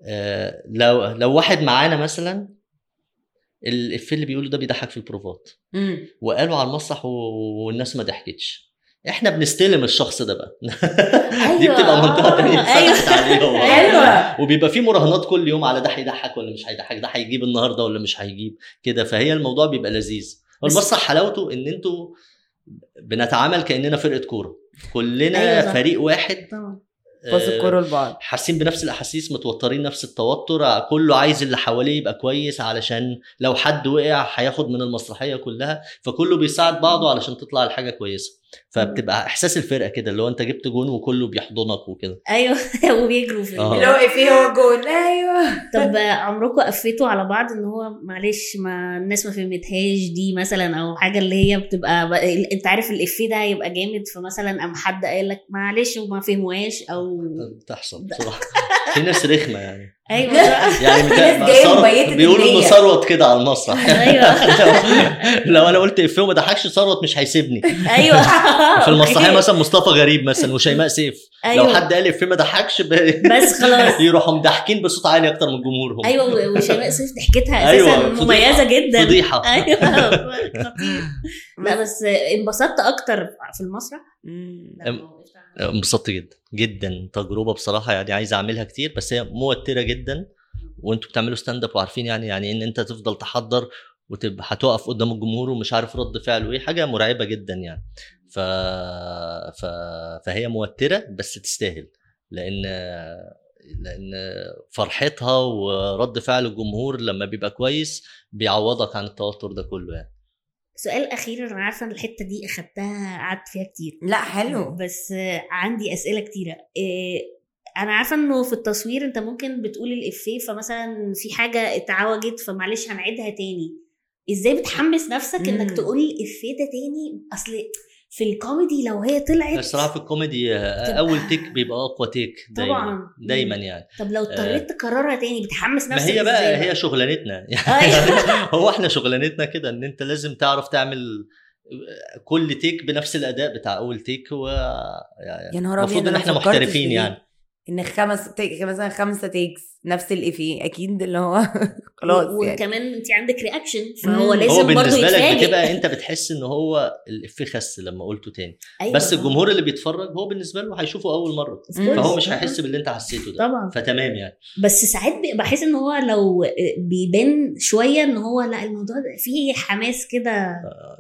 Speaker 1: آه، لو لو واحد معانا مثلا الافيه اللي بيقوله ده بيضحك في البروفات
Speaker 2: مم.
Speaker 1: وقالوا على المسرح و- والناس ما ضحكتش احنا بنستلم الشخص ده بقى دي
Speaker 3: أيوة،
Speaker 1: بتبقى منطقه
Speaker 3: آه،
Speaker 1: تانية
Speaker 3: ايوه
Speaker 1: اتفتحت عليه هو.
Speaker 3: أيوه.
Speaker 2: ايوه
Speaker 1: وبيبقى فيه مراهنات كل يوم على ده هيضحك ولا مش هيضحك ده هيجيب النهارده ولا مش هيجيب كده فهي الموضوع بيبقى لذيذ
Speaker 3: بس-
Speaker 1: المسرح حلاوته ان انتوا بنتعامل كاننا فرقه كوره كلنا
Speaker 3: أيوة صح.
Speaker 1: فريق واحد
Speaker 3: طبعا
Speaker 2: باص
Speaker 1: آه،
Speaker 2: الكوره لبعض
Speaker 1: حاسين بنفس الاحاسيس متوترين نفس التوتر آه، كله عايز اللي حواليه يبقى كويس علشان لو حد وقع هياخد من المسرحيه كلها فكله بيساعد بعضه علشان تطلع الحاجه كويسه فبتبقى احساس الفرقه كده اللي هو انت جبت جون وكله بيحضنك وكده
Speaker 3: ايوه وبيجروا في
Speaker 1: آه.
Speaker 2: اللي هو ايه هو جون ايوه
Speaker 3: طب عمركم قفيتوا على بعض ان هو معلش ما الناس ما فهمتهاش دي مثلا او حاجه اللي هي بتبقى ب... انت عارف الافيه ده هيبقى جامد فمثلا قام حد قال لك معلش وما فهموهاش او
Speaker 1: بتحصل بصراحه في ناس رخمه يعني
Speaker 3: ايوه
Speaker 1: يعني
Speaker 2: ناس
Speaker 1: مت-
Speaker 2: جاية
Speaker 1: ثروت-
Speaker 2: مبيتة
Speaker 1: بيقولوا انه
Speaker 2: النية.
Speaker 1: ثروت كده على المسرح
Speaker 3: ايوه
Speaker 1: لو- لو انا قلت افيه وما ضحكش ثروت مش هيسيبني
Speaker 3: ايوه
Speaker 1: في المسرحيه
Speaker 3: أوكي.
Speaker 1: مثلا مصطفى غريب مثلا وشيماء سيف
Speaker 2: أيوه.
Speaker 1: لو
Speaker 3: ايوه
Speaker 1: حد قال افيه ما ضحكش ب-
Speaker 3: أيوه. بس خلاص
Speaker 1: يروحوا مدحكين بصوت عالي اكتر من جمهورهم
Speaker 3: ايوه وشيماء سيف ضحكتها
Speaker 1: أيوة،
Speaker 3: اساسا
Speaker 1: فضيحة.
Speaker 3: مميزه جدا
Speaker 1: فضيحه
Speaker 3: ايوه خطير. لا بس انبسطت اكتر في المسرح
Speaker 1: أم- انبسطت جدا جدا تجربه بصراحه يعني عايز اعملها كتير بس هي موتره جدا وانتوا بتعملوا ستاند اب وعارفين يعني يعني ان انت تفضل تحضر وتبقى هتقف قدام الجمهور ومش عارف رد فعله ايه حاجه مرعبه جدا يعني ف... ف... فهي موتره بس تستاهل لان لان فرحتها ورد فعل الجمهور لما بيبقى كويس بيعوضك عن التوتر ده كله يعني
Speaker 3: سؤال اخير انا عارفه ان الحته دي اخدتها قعدت فيها كتير
Speaker 2: لا
Speaker 1: أيوه.
Speaker 2: حلو
Speaker 3: بس آه، عندي اسئله كتيره آه، انا عارفه انه في التصوير انت ممكن بتقول الافيه فمثلا في حاجه اتعوجت فمعلش هنعيدها تاني ازاي بتحمس نفسك انك
Speaker 2: مم.
Speaker 3: تقول الافيه ده تاني اصل في الكوميدي لو هي طلعت
Speaker 1: الصراحه في الكوميدي اول آه، تيك بيبقى اقوى تيك دايما
Speaker 3: طبعا.
Speaker 1: دايما يعني
Speaker 3: طب لو اضطريت تكررها تاني بتحمس
Speaker 1: ما
Speaker 3: نفسك
Speaker 1: هي
Speaker 3: إزاي
Speaker 1: بقى هي شغلانتنا يعني
Speaker 3: أيوة.
Speaker 1: هو احنا شغلانتنا كده ان انت لازم تعرف تعمل آه، كل تيك بنفس الاداء بتاع اول تيك و
Speaker 2: يا نهار ابيض
Speaker 1: المفروض ان
Speaker 2: أنا
Speaker 1: احنا
Speaker 2: مفكرتش
Speaker 1: محترفين
Speaker 2: في دي.
Speaker 1: يعني
Speaker 2: ان خمس تيك مثلا خمسه تيكس نفس الافيه اكيد اللي هو خلاص يعني
Speaker 3: وكمان انت عندك رياكشن فهو
Speaker 2: مم.
Speaker 3: لازم
Speaker 1: هو
Speaker 3: برضه
Speaker 1: بالنسبه لك
Speaker 3: يتفاجئ.
Speaker 1: بتبقى انت بتحس ان هو الافيه خس لما قلته تاني
Speaker 3: أيوة.
Speaker 1: بس الجمهور اللي بيتفرج هو بالنسبه له هيشوفه اول مره
Speaker 3: أيوة.
Speaker 1: فهو مش هيحس باللي انت حسيته ده
Speaker 3: طبعا
Speaker 1: فتمام يعني
Speaker 3: آه. بس ساعات بي- بحس ان هو لو بيبان شويه ان هو لا الموضوع ده فيه حماس كده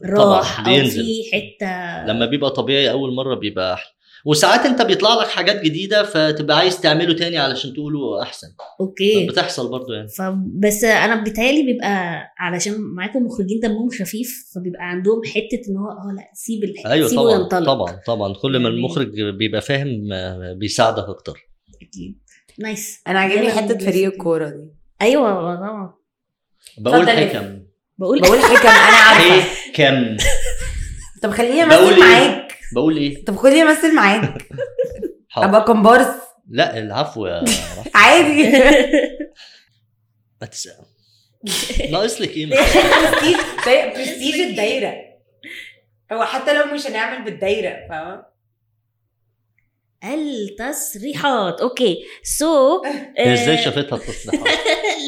Speaker 3: راح
Speaker 1: طبعا
Speaker 3: او
Speaker 1: آه، بينزل
Speaker 3: فيه حته
Speaker 1: لما بيبقى طبيعي اول مره بيبقى احلى وساعات انت بيطلع لك حاجات جديده فتبقى عايز تعمله تاني علشان تقوله احسن
Speaker 3: اوكي
Speaker 1: بتحصل برضو يعني
Speaker 3: فبس انا بيتهيألي بيبقى علشان معاكم مخرجين دمهم خفيف فبيبقى عندهم حته ان هو اه لا سيب الحته
Speaker 1: ايوه
Speaker 3: سيبه
Speaker 1: طبعا
Speaker 3: ينطلق
Speaker 1: طبعا طبعا كل ما
Speaker 3: يعني-
Speaker 1: المخرج بيبقى فاهم آه، بيساعدك اكتر
Speaker 3: اكيد نايس
Speaker 2: انا عاجبني
Speaker 3: يلا
Speaker 2: حته
Speaker 3: ننزل.
Speaker 2: فريق الكوره دي
Speaker 3: ايوه طبعا
Speaker 1: بقول
Speaker 2: اتفضل.
Speaker 1: حكم
Speaker 3: بقول
Speaker 2: بقول إيه حكم انا عارفه
Speaker 1: حكم
Speaker 2: طب خليني
Speaker 1: إيه؟ بقول
Speaker 2: امثل
Speaker 1: إيه؟
Speaker 2: معاك
Speaker 1: بقول ايه
Speaker 2: طب خدني امثل معاك
Speaker 1: حاضر
Speaker 2: ابقى كومبارس
Speaker 1: لا العفو يا رحمة.
Speaker 2: عادي
Speaker 1: ما تسأل ناقص لك ايه
Speaker 3: آه.
Speaker 2: برستيج داي- برستيج الدايره هو حتى لو مش هنعمل بالدايره فاهمه
Speaker 3: التصريحات اوكي سو
Speaker 1: هي ازاي إيه، شافتها التصريحات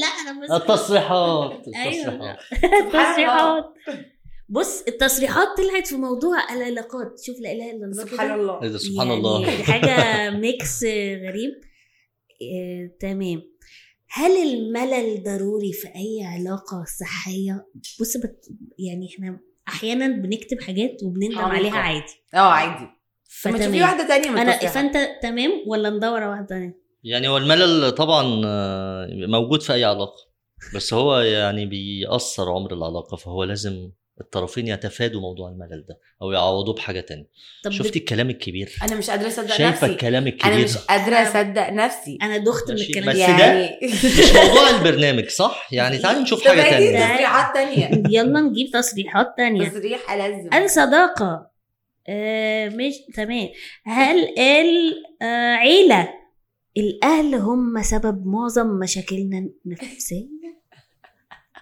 Speaker 3: لا انا بس
Speaker 1: التصريحات
Speaker 3: ايوه
Speaker 1: التصريحات
Speaker 3: التصريحات بص التصريحات طلعت في موضوع العلاقات شوف لا اله الا الله كده.
Speaker 2: سبحان الله
Speaker 1: ايه ده سبحان
Speaker 3: يعني
Speaker 1: الله
Speaker 3: حاجه ميكس غريب آه، تمام هل الملل ضروري في اي علاقه صحيه بص بت... يعني احنا احيانا بنكتب حاجات وبنندم
Speaker 2: عميقة.
Speaker 3: عليها عادي
Speaker 2: اه عادي طب ما تشوفي
Speaker 3: فتمام.
Speaker 2: واحده تانية من
Speaker 3: انا
Speaker 2: التصريحات.
Speaker 3: فانت تمام ولا ندور على واحده ثانيه
Speaker 1: يعني هو الملل طبعا آه، موجود في اي علاقه بس هو يعني بيأثر عمر العلاقه فهو لازم الطرفين يتفادوا موضوع الملل ده او يعوضوه بحاجه تانية
Speaker 3: طب
Speaker 1: شفتي الكلام الكبير
Speaker 2: انا مش قادره اصدق
Speaker 1: شايفه
Speaker 2: نفسي
Speaker 1: الكلام
Speaker 2: انا
Speaker 1: الكبير
Speaker 2: مش قادره اصدق نفسي
Speaker 3: انا دخت من
Speaker 1: ماشي،
Speaker 3: الكلام
Speaker 1: بس
Speaker 3: ده.
Speaker 1: ده-
Speaker 2: يعني
Speaker 1: مش موضوع البرنامج صح يعني تعالي نشوف
Speaker 2: طب
Speaker 1: حاجه
Speaker 2: هاتي
Speaker 1: تانية
Speaker 2: تصريحات تانية
Speaker 3: يلا نجيب تصريحات تانية
Speaker 2: تصريح ألذ
Speaker 3: الصداقة آه مش تمام هل العيلة الأهل هم سبب معظم مشاكلنا النفسية؟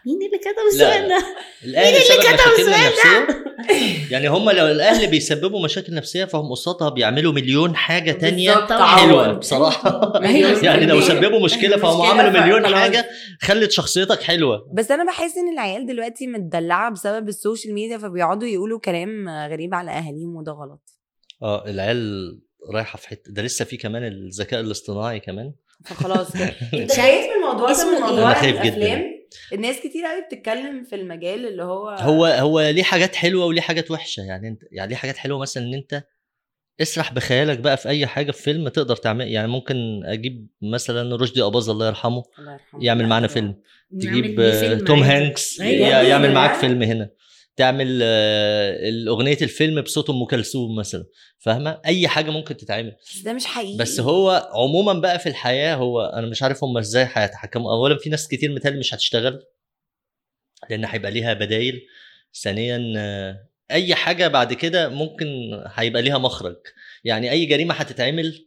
Speaker 3: مين اللي كتب السؤال ده؟
Speaker 1: الاهل سبب مشاكلنا النفسيه يعني هم لو الاهل بيسببوا مشاكل نفسيه فهم قصادها بيعملوا مليون حاجه تانية
Speaker 2: بالظبط،
Speaker 3: طبعاً.
Speaker 1: حلوه
Speaker 2: تعوض.
Speaker 1: بصراحه
Speaker 2: أيوة.
Speaker 1: يعني لو سببوا
Speaker 2: مشكلة
Speaker 1: مشكله فهم عملوا مليون
Speaker 2: فخلاص.
Speaker 1: حاجه خلت شخصيتك حلوه
Speaker 2: بس انا بحس ان العيال دلوقتي متدلعه بسبب السوشيال ميديا فبيقعدوا يقولوا كلام غريب على اهاليهم وده غلط
Speaker 1: اه العيال رايحه في حته ده لسه في كمان الذكاء الاصطناعي كمان
Speaker 2: فخلاص كده انت
Speaker 3: شايف
Speaker 2: خايف من الموضوع ده
Speaker 3: اسمه
Speaker 2: من
Speaker 3: إيه؟
Speaker 2: موضوع
Speaker 1: أنا خايف جداً.
Speaker 2: الافلام الناس كتير قوي بتتكلم في المجال اللي هو
Speaker 1: هو هو ليه حاجات حلوه وليه حاجات وحشه يعني انت يعني ليه حاجات حلوه مثلا ان انت اسرح بخيالك بقى في اي حاجه في فيلم تقدر تعمل يعني ممكن اجيب مثلا رشدي اباظه الله يرحمه
Speaker 2: الله يرحمه
Speaker 1: يعمل معانا
Speaker 2: طبعاً.
Speaker 1: فيلم
Speaker 3: نعمل
Speaker 1: تجيب آه،
Speaker 3: بيه فيلم
Speaker 1: توم
Speaker 3: عادي.
Speaker 1: هانكس
Speaker 3: أيوة.
Speaker 1: ي- يعمل معاك
Speaker 2: يعني.
Speaker 1: فيلم هنا تعمل آه، الاغنيه الفيلم بصوت ام كلثوم مثلا فاهمه اي حاجه ممكن تتعمل
Speaker 2: بس ده مش حقيقي
Speaker 1: بس
Speaker 3: أيوة.
Speaker 1: هو عموما بقى في الحياه هو انا مش عارف هم ازاي هيتحكموا اولا في ناس كتير متهيألي مش هتشتغل لان هيبقى ليها بدايل ثانيا آه، اي حاجه بعد كده ممكن هيبقى ليها مخرج يعني اي جريمه هتتعمل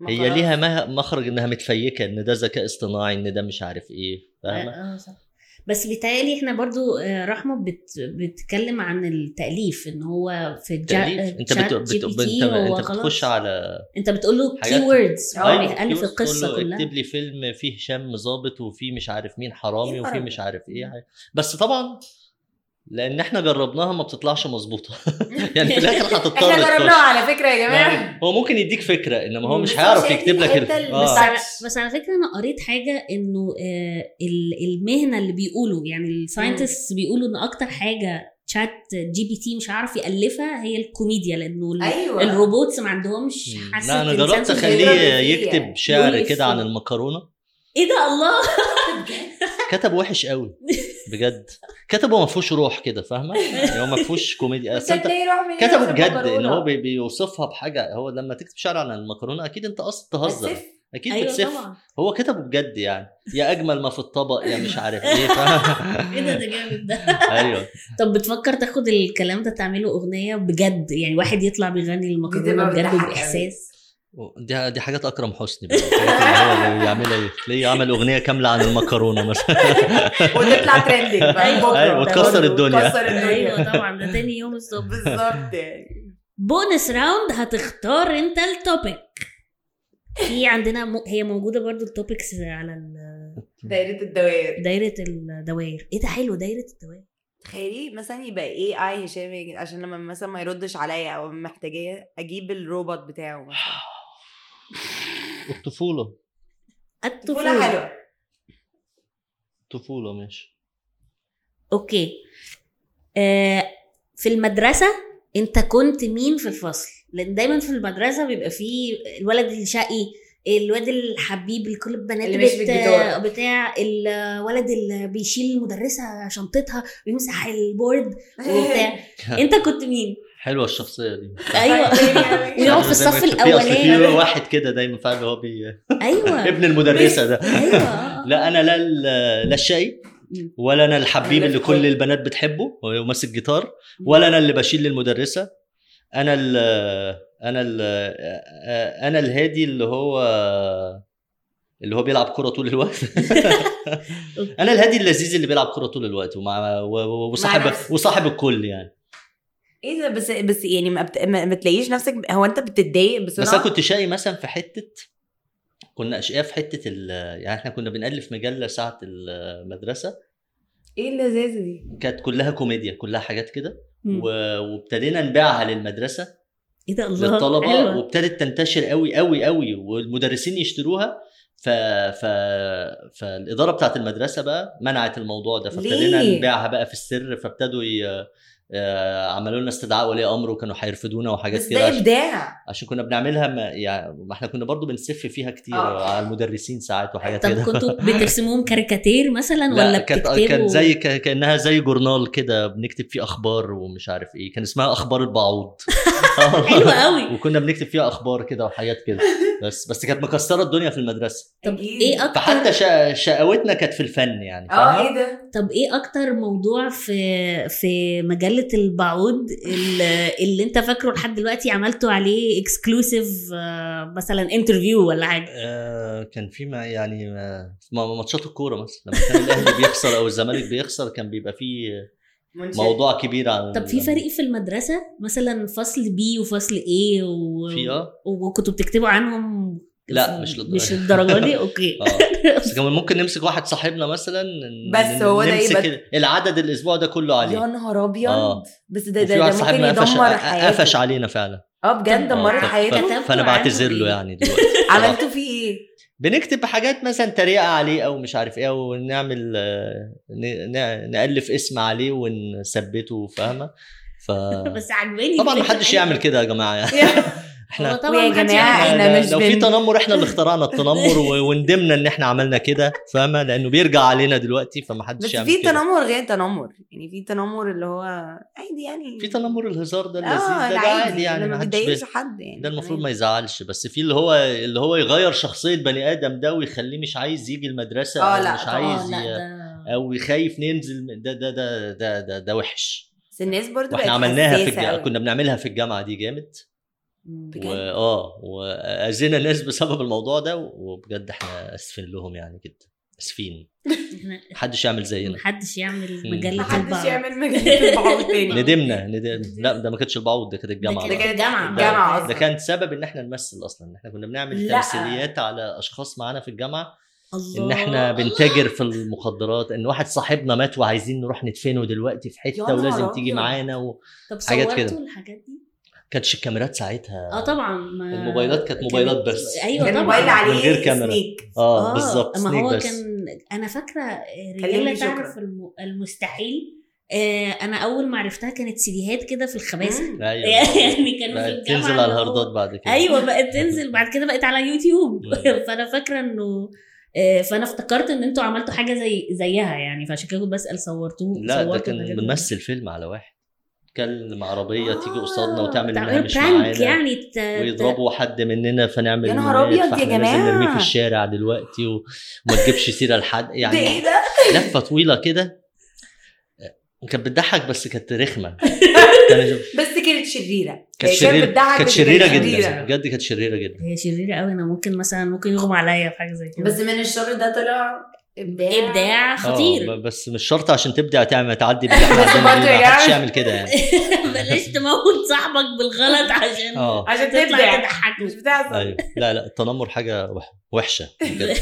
Speaker 2: ما
Speaker 1: هي
Speaker 2: خلاص.
Speaker 1: ليها مه- مخرج انها متفيكه ان ده ذكاء اصطناعي ان ده مش عارف ايه فاهمه
Speaker 3: آه، آه، صح. بس بيتهيألي احنا برضو آه، رحمة بت... بتتكلم عن التأليف ان هو في آه، الجا...
Speaker 2: آه،
Speaker 1: تأليف. انت
Speaker 3: تشات
Speaker 1: بت...
Speaker 3: جي
Speaker 1: بت...
Speaker 3: بي
Speaker 1: بت...
Speaker 3: تي
Speaker 1: انت,
Speaker 3: هو
Speaker 1: انت
Speaker 3: خلاص.
Speaker 1: بتخش على
Speaker 3: انت بتقول له
Speaker 1: حاجات-
Speaker 3: كي وردز هو
Speaker 2: آه،
Speaker 3: بيألف
Speaker 1: تقول-
Speaker 3: القصة
Speaker 1: تقول له
Speaker 3: كلها
Speaker 1: اكتب لي فيلم فيه هشام ظابط وفيه مش عارف مين
Speaker 2: إيه
Speaker 1: حرامي وفيه
Speaker 2: القرف
Speaker 1: مش
Speaker 2: ده؟
Speaker 1: عارف ايه بس طبعا لان احنا جربناها ما بتطلعش مظبوطه يعني في الاخر هتضطر
Speaker 2: احنا
Speaker 1: تخش.
Speaker 2: جربناها على فكره يا جماعه
Speaker 1: يعني هو ممكن يديك فكره انما هو
Speaker 2: بس
Speaker 1: مش
Speaker 2: هو
Speaker 1: هيعرف
Speaker 2: شايف
Speaker 1: يكتب لك ال-
Speaker 2: الحتة اللي
Speaker 1: آه.
Speaker 2: بتاع-
Speaker 3: بس- بس على فكره انا قريت حاجه انه آه، ال- المهنه اللي بيقولوا يعني الساينتست بيقولوا ان اكتر حاجه تشات جي بي تي مش عارف يالفها هي الكوميديا لانه ال-
Speaker 2: ايوه
Speaker 3: الروبوتس ما عندهمش حاسه
Speaker 1: أيوة. لا انا
Speaker 3: إنسان
Speaker 1: جربت
Speaker 3: صغير.
Speaker 1: اخليه
Speaker 2: صغيرة فيه
Speaker 1: يكتب
Speaker 2: يعني.
Speaker 1: شعر
Speaker 3: يقول
Speaker 1: كده عن
Speaker 3: إفيه.
Speaker 1: المكرونه
Speaker 3: ايه ده الله
Speaker 1: كتب وحش قوي بجد كتبه ما فيهوش روح كده فاهمه يعني هو ما فيهوش كوميديا أصل انت كتبه بجد ان هو بي- بيوصفها بحاجه هو لما تكتب شعر عن المكرونه اكيد انت قصد تهزر اكيد
Speaker 3: ايوه
Speaker 1: بتسف
Speaker 3: طبعا
Speaker 1: هو كتبه بجد يعني يا اجمل ما في الطبق يا مش عارف ايه فاهم؟
Speaker 3: ايه ده ده جامد ده
Speaker 1: ايوه
Speaker 3: طب بتفكر تاخد الكلام ده تعمله اغنيه بجد يعني واحد يطلع بيغني المكرونه
Speaker 2: بتبقى
Speaker 3: بجد
Speaker 2: بتضحك
Speaker 3: باحساس
Speaker 1: دي دي حاجات اكرم حسني بقى الحاجات اللي هو اللي بيعملها دي. ليه عمل اغنيه كامله عن المكرونه مثلا
Speaker 2: وتطلع ترندنج
Speaker 3: أيوة. أيوة، وتكسر
Speaker 1: الدنيا.
Speaker 2: تكسر الدنيا
Speaker 3: ايوه طبعا ده تاني يوم الصبح
Speaker 2: بالظبط يعني
Speaker 3: بونس راوند هتختار انت التوبيك في عندنا م... هي موجوده برضو التوبكس على ال-
Speaker 2: دايره الدوائر
Speaker 3: دايره الدوائر ايه ده حلو دايره الدوائر
Speaker 2: تخيلي مثلا يبقى اي اي هشام يجي- عشان لما مثلا ما يردش عليا او محتاجاه اجيب الروبوت بتاعه مثلا.
Speaker 1: الطفوله
Speaker 2: طفوله
Speaker 3: الطفوله
Speaker 2: حلوه
Speaker 1: الطفوله ماشي
Speaker 3: اوكي آه في المدرسه انت كنت مين في الفصل لان دايما في المدرسه بيبقى فيه الولد الشقي الواد الحبيب اللي كل البنات آه،
Speaker 2: اللي مش بالجيتار.
Speaker 3: بتاع الولد اللي بيشيل المدرسه شنطتها ويمسح البورد وبتاع انت كنت مين
Speaker 1: حلوه الشخصيه دي
Speaker 3: ايوه
Speaker 2: يعني.
Speaker 3: ويقعد في
Speaker 1: زي ما
Speaker 3: الصف
Speaker 1: كنت- في أصل
Speaker 3: الاولاني
Speaker 1: في واحد كده دايما فاهم اللي هو بي...
Speaker 3: ايوه
Speaker 1: ابن المدرسه ده
Speaker 3: ايوه
Speaker 1: لا انا لا ال- لا الشقي ولا انا الحبيب
Speaker 2: أنا
Speaker 1: اللي
Speaker 2: بتحب.
Speaker 1: كل البنات بتحبه وماسك جيتار ولا انا اللي بشيل للمدرسه انا ال انا ال انا الهادي اللي هو اللي هو بيلعب كره طول الوقت انا الهادي اللذيذ اللي بيلعب كره طول الوقت ومع و- و-
Speaker 2: مع
Speaker 1: وصاحب
Speaker 2: نفسه.
Speaker 1: وصاحب الكل يعني
Speaker 2: ايه ده بس بس يعني ما, بت... ما ما بتلاقيش نفسك هو انت بتتضايق بسرعه
Speaker 1: بس انا كنت شقي مثلا في حته كنا اشقياء في حته ال... يعني احنا كنا بنالف مجله ساعه المدرسه
Speaker 2: ايه اللذاذه دي؟
Speaker 1: كانت كلها كوميديا كلها حاجات كده و- وابتدينا نبيعها للمدرسه
Speaker 3: ايه ده الله
Speaker 1: للطلبه
Speaker 3: حلوة.
Speaker 1: وابتدت تنتشر قوي قوي قوي والمدرسين يشتروها ف... ف... فالاداره بتاعت المدرسه بقى منعت الموضوع ده فابتدينا
Speaker 2: ليه؟
Speaker 1: نبيعها بقى في السر فابتدوا ي... آه، عملوا لنا استدعاء ولي امر وكانوا هيرفدونا وحاجات
Speaker 2: بس
Speaker 1: كده
Speaker 2: ده
Speaker 1: عشان,
Speaker 2: ابداع
Speaker 1: عشان كنا بنعملها ما يعني ما احنا كنا برضو بنسف فيها كتير
Speaker 2: آه.
Speaker 1: على المدرسين ساعات وحاجات
Speaker 3: طب
Speaker 1: كده
Speaker 3: كنتوا بترسموهم كاريكاتير مثلا ولا
Speaker 1: لا كانت آه، كانت
Speaker 3: بتكتبوا
Speaker 1: زي ك- كانها زي جورنال كده بنكتب فيه اخبار ومش عارف ايه كان اسمها اخبار البعوض
Speaker 3: حلوة قوي.
Speaker 1: وكنا بنكتب فيها اخبار كده وحاجات كده بس بس كانت مكسره الدنيا في المدرسه
Speaker 3: طب
Speaker 2: أكيد.
Speaker 3: ايه اكتر
Speaker 1: فحتى شا- شقاوتنا كانت في الفن يعني
Speaker 2: اه
Speaker 1: فاهمة؟
Speaker 2: ايه ده؟
Speaker 3: طب ايه اكتر موضوع في في مجله البعوض اللي, اللي انت فاكره لحد دلوقتي عملته عليه اكسكلوسيف مثلا انترفيو ولا حاجه
Speaker 1: آه، كان في ما يعني ما- ما- ماتشات الكوره مثلا لما كان الاهلي بيخسر او الزمالك بيخسر كان بيبقى فيه
Speaker 2: منشد.
Speaker 1: موضوع كبير عن
Speaker 3: طب في فريق في المدرسه مثلا فصل بي وفصل ايه و...
Speaker 1: في اه
Speaker 3: وكنتوا بتكتبوا عنهم
Speaker 1: لا، مش للدرجة.
Speaker 3: مش للدرجه دي اوكي
Speaker 1: آه. بس كمان ممكن نمسك واحد صاحبنا مثلا ن-
Speaker 2: بس هو ده
Speaker 1: نمسك
Speaker 2: يبقى-
Speaker 1: ال- العدد الاسبوع ده كله عليه
Speaker 2: يا نهار ابيض
Speaker 1: آه.
Speaker 2: بس ده
Speaker 1: وفي
Speaker 2: ده,
Speaker 1: واحد
Speaker 2: ده ممكن
Speaker 1: صاحبنا قفش
Speaker 2: يدمر
Speaker 1: قفش
Speaker 2: حياته
Speaker 1: علينا فعلا
Speaker 2: اه بجد
Speaker 3: آه،
Speaker 2: دمرت
Speaker 1: ف- ف-
Speaker 2: حياته
Speaker 3: كتبتوا
Speaker 1: فانا
Speaker 3: عنه
Speaker 1: بعتذر له
Speaker 3: إيه؟
Speaker 1: يعني دلوقتي
Speaker 2: عملتوا فيه ايه؟
Speaker 1: بنكتب حاجات مثلا تريقه عليه او مش عارف ايه ونعمل آه، ن- ن- نالف اسم عليه ونثبته فاهمه ف
Speaker 3: بس عجباني
Speaker 1: طبعا
Speaker 3: الفكرة.
Speaker 2: إيه؟
Speaker 1: محدش يعمل كده يا جماعه يعني
Speaker 3: هو
Speaker 1: احنا
Speaker 3: طبعا
Speaker 2: ويا
Speaker 3: ما حدش
Speaker 2: جماعة
Speaker 3: يعرف.
Speaker 2: إحنا مش
Speaker 1: يعني لو في
Speaker 2: بن-
Speaker 1: تنمر احنا اللي اخترعنا التنمر و- وندمنا ان احنا عملنا كده فاهمه لانه بيرجع علينا دلوقتي فمحدش
Speaker 2: بس
Speaker 1: يعمل
Speaker 2: في
Speaker 1: كده.
Speaker 2: تنمر غير تنمر يعني في تنمر اللي هو عادي يعني
Speaker 1: في تنمر الهزار ده اللذيذ
Speaker 2: اه
Speaker 1: ده, ده عادي يعني
Speaker 2: ما
Speaker 1: ما حدش
Speaker 2: بيضايقش
Speaker 1: بي-
Speaker 2: حد يعني
Speaker 1: ده المفروض ما يزعلش بس في اللي هو اللي هو يغير شخصيه بني ادم ده ويخليه مش عايز يجي المدرسه
Speaker 2: آه،
Speaker 1: أو
Speaker 2: لا
Speaker 1: مش
Speaker 2: طبعاً،
Speaker 1: عايز
Speaker 3: اه
Speaker 1: ي...
Speaker 3: لا ده
Speaker 1: او خايف ننزل من- ده ده ده ده ده, ده وحش
Speaker 2: بس الناس برضه
Speaker 1: واحنا
Speaker 2: بقت
Speaker 1: عملناها في
Speaker 2: حساسة
Speaker 1: الجامعة.
Speaker 2: أوي.
Speaker 1: كنا بنعملها في الجامعه دي جامد
Speaker 2: بجد؟
Speaker 1: واه واذينا ناس بسبب الموضوع ده وبجد احنا اسفين لهم يعني جدا اسفين
Speaker 3: احنا
Speaker 1: محدش يعمل زينا
Speaker 3: محدش يعمل
Speaker 1: مم.
Speaker 3: مجلة
Speaker 2: محدش
Speaker 3: البعض
Speaker 2: يعمل مجال البعوض تاني
Speaker 1: ندمنا ندمنا لا ده ما كانتش البعوض ده كانت الجامعه
Speaker 3: ده
Speaker 1: بقى.
Speaker 3: كانت الجامعة
Speaker 2: الجامعة
Speaker 1: ده
Speaker 2: أصلا.
Speaker 1: كان سبب ان احنا نمثل اصلا ان احنا كنا بنعمل
Speaker 2: لا.
Speaker 1: تمثيليات على اشخاص معانا في الجامعه
Speaker 3: الله
Speaker 1: ان احنا بنتاجر في المخدرات ان واحد صاحبنا مات وعايزين نروح ندفنه دلوقتي في
Speaker 2: يا
Speaker 1: حته
Speaker 2: نهار
Speaker 1: ولازم تيجي
Speaker 2: أبيض.
Speaker 1: معانا و...
Speaker 3: طب
Speaker 1: حاجات كده.
Speaker 3: صورتوا الحاجات دي؟
Speaker 1: كانتش الكاميرات ساعتها
Speaker 3: اه طبعا ما
Speaker 1: الموبايلات كانت موبايلات
Speaker 3: كانت-
Speaker 1: بس.
Speaker 3: ايوه
Speaker 2: كان
Speaker 1: كان
Speaker 2: موبايل
Speaker 1: من
Speaker 3: طبعا
Speaker 1: على-
Speaker 2: عليه
Speaker 1: غير كاميرا.
Speaker 2: سنيك
Speaker 1: اه بالظبط
Speaker 3: ما
Speaker 1: سنيك
Speaker 3: آه، هو
Speaker 1: بس
Speaker 3: كان انا فاكره
Speaker 2: كلمني
Speaker 3: رجاله
Speaker 2: شكرا.
Speaker 3: تعرف الم... المستحيل آه انا اول ما عرفتها كانت سيديهات كده في الخباثه
Speaker 2: مم.
Speaker 1: ايوه
Speaker 3: يعني كانوا في
Speaker 1: بقت
Speaker 3: الجامعه
Speaker 1: تنزل على
Speaker 3: اللي هو-
Speaker 1: الهاردات بعد كده
Speaker 3: ايوه بقت تنزل بعد كده بقت على يوتيوب
Speaker 1: مم.
Speaker 3: فانا فاكره انه آه، فانا افتكرت ان انتوا عملتوا حاجه زي زيها يعني فعشان كده كنت بسال صورتوه
Speaker 1: لا ده
Speaker 3: صورتوا
Speaker 1: كان
Speaker 3: الحاجات دي؟
Speaker 1: بنمثل فيلم على والاقل تكلم عربيه تيجي
Speaker 3: آه،
Speaker 1: قصادنا وتعمل
Speaker 3: تعملوا
Speaker 1: انها مش
Speaker 3: prank
Speaker 1: معانا
Speaker 3: يعني ت- ت-
Speaker 1: ويضربوا حد مننا فنعمل
Speaker 2: يا نهار
Speaker 1: مناهد،
Speaker 2: أبيض يا
Speaker 1: فاحنا
Speaker 2: جماعة.
Speaker 1: لازم نرميه في الشارع دلوقتي و- وما تجيبش سيره لحد
Speaker 2: ده ايه
Speaker 1: يعني
Speaker 2: ده؟
Speaker 1: لفه طويله كده كانت بتضحك بس كانت رخمه كانت
Speaker 2: بس كانت شريرة
Speaker 1: كانت
Speaker 2: هي
Speaker 1: شريرة-
Speaker 2: بتضحك
Speaker 1: كانت
Speaker 2: بس
Speaker 1: شريره
Speaker 2: شريرة.
Speaker 1: جدا بجد كانت شريره جدا
Speaker 3: هي شريره قوي انا ممكن مثلا ممكن يغمى عليا في حاجه زي كده
Speaker 2: بس من الشر ده طلع ابداع
Speaker 3: ابداع خطير
Speaker 1: آه، ب- بس مش شرط عشان تبدع تعمل تعدي باللي احنا عندنا
Speaker 2: برضه
Speaker 1: دي،
Speaker 2: يا
Speaker 1: ما حدش
Speaker 2: جماعة.
Speaker 1: يعمل كده يعني
Speaker 3: بلاش تموت صاحبك بالغلط عشان
Speaker 1: اه
Speaker 2: عشان
Speaker 3: تطلع
Speaker 2: تبدع مش
Speaker 3: تضحكني
Speaker 2: بتحصل
Speaker 1: ايوه لا لا التنمر حاجه وح- وحشه بجد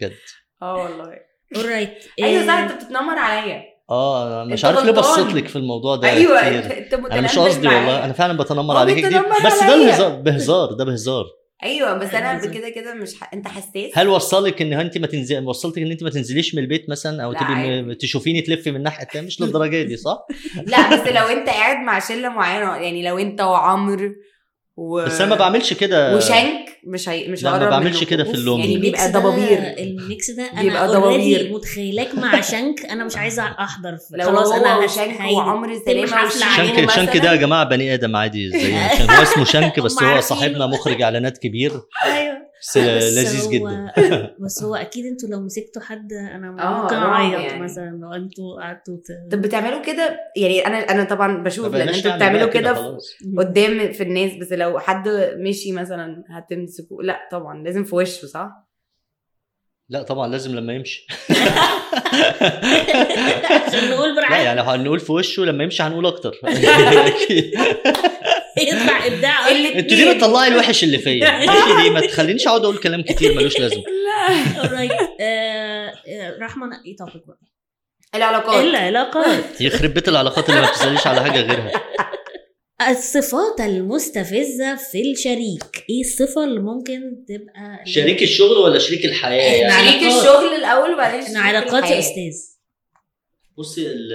Speaker 1: بجد
Speaker 2: اه والله
Speaker 3: اورايت
Speaker 2: ايوه صح
Speaker 3: آه،
Speaker 2: انت بتتنمر عليا
Speaker 1: اه انا مش
Speaker 2: أنت
Speaker 1: عارف ليه
Speaker 2: غلطان.
Speaker 1: بصيت لك في الموضوع ده
Speaker 2: ايوه
Speaker 1: كتير.
Speaker 2: انت متنمر
Speaker 1: انا مش قصدي
Speaker 2: معايا.
Speaker 1: والله انا فعلا بتنمر
Speaker 2: هو
Speaker 1: عليك كتير
Speaker 2: بيتنمر
Speaker 1: بس ده
Speaker 2: عليا.
Speaker 1: الهزار بهزار ده بهزار
Speaker 2: ايوه بس انا
Speaker 3: أيوة، بالظبط.
Speaker 2: كده كده مش ح... انت حساس
Speaker 1: هل وصلك ان انت ما تنزل وصلتك ان انت ما تنزليش من البيت مثلا او
Speaker 2: لا،
Speaker 1: تبقي م-
Speaker 2: عادي.
Speaker 1: تشوفيني تلفي من الناحيه التانيه مش للدرجه دي صح
Speaker 2: لا بس لو انت قاعد مع شله معينه يعني لو انت وعمرو و...
Speaker 1: بس انا ما بعملش كده
Speaker 2: وشانك مش هي... مش
Speaker 1: لا، ما
Speaker 2: هقرب
Speaker 1: بعملش
Speaker 2: منكم.
Speaker 1: كده في
Speaker 2: أوف،
Speaker 1: اللون.
Speaker 2: يعني بيبقى
Speaker 3: الميكس ده-
Speaker 2: ضبابير
Speaker 3: الميكس ده انا
Speaker 2: بيبقى
Speaker 3: اوريدي
Speaker 2: ضبابير.
Speaker 3: متخيلاك مع شنك انا مش عايزه احضر
Speaker 2: لو
Speaker 3: خلاص انا
Speaker 2: شانك
Speaker 3: هايل.
Speaker 2: وعمرو
Speaker 3: تم
Speaker 2: سلامه
Speaker 3: حفلة
Speaker 2: وشيكو
Speaker 3: عينه
Speaker 1: شنك
Speaker 2: مثلا.
Speaker 1: شنك ده يا جماعه بني ادم عادي زي عشان هو اسمه شنك بس
Speaker 3: هم
Speaker 1: هو
Speaker 3: عارفينه.
Speaker 1: صاحبنا مخرج اعلانات كبير
Speaker 3: ايوه
Speaker 1: بس آه، لذيذ
Speaker 3: هو-
Speaker 1: جدا
Speaker 3: بس هو اكيد انتوا لو مسكتوا حد انا
Speaker 2: آه،
Speaker 3: ممكن
Speaker 2: رعب
Speaker 3: اعيط
Speaker 2: يعني.
Speaker 3: مثلا لو انتوا قعدتوا ت-
Speaker 2: طب بتعملوا كده يعني انا انا طبعا
Speaker 1: ما
Speaker 2: بشوف لان
Speaker 1: بقناش
Speaker 2: يعني انتوا
Speaker 1: نعمل بقى
Speaker 2: بتعملوا كده في-
Speaker 1: يعني خلاص.
Speaker 2: قدام في الناس بس لو حد مشي مثلا هتمسكوا لا طبعا لازم في وشه صح؟
Speaker 1: لا طبعا لازم لما يمشي
Speaker 3: عشان نقول
Speaker 1: لا
Speaker 3: برعاية
Speaker 1: يعني هنقول في وشه لما يمشي هنقول اكتر
Speaker 3: يطلع ابداع
Speaker 1: انت ليه بتطلعي الوحش اللي فيا ماشي دي ما تخلينيش اقعد اقول كلام كتير ملوش لازمه
Speaker 3: اورايت آه، رحمه نقي إيه topic بقى
Speaker 2: العلاقات
Speaker 3: العلاقات
Speaker 1: يخرب بيت العلاقات اللي ما بتساليش على حاجه غيرها
Speaker 3: الصفات المستفزه في الشريك ايه الصفه اللي ممكن تبقى
Speaker 1: شريك الشغل ولا شريك الحياه
Speaker 3: إحنا
Speaker 1: يعني
Speaker 3: على-
Speaker 2: شريك
Speaker 3: العلاقات.
Speaker 2: الشغل الاول وبعدين
Speaker 3: إن
Speaker 2: شريك
Speaker 3: علاقات يا
Speaker 2: الحياة.
Speaker 3: استاذ
Speaker 1: بصي ال-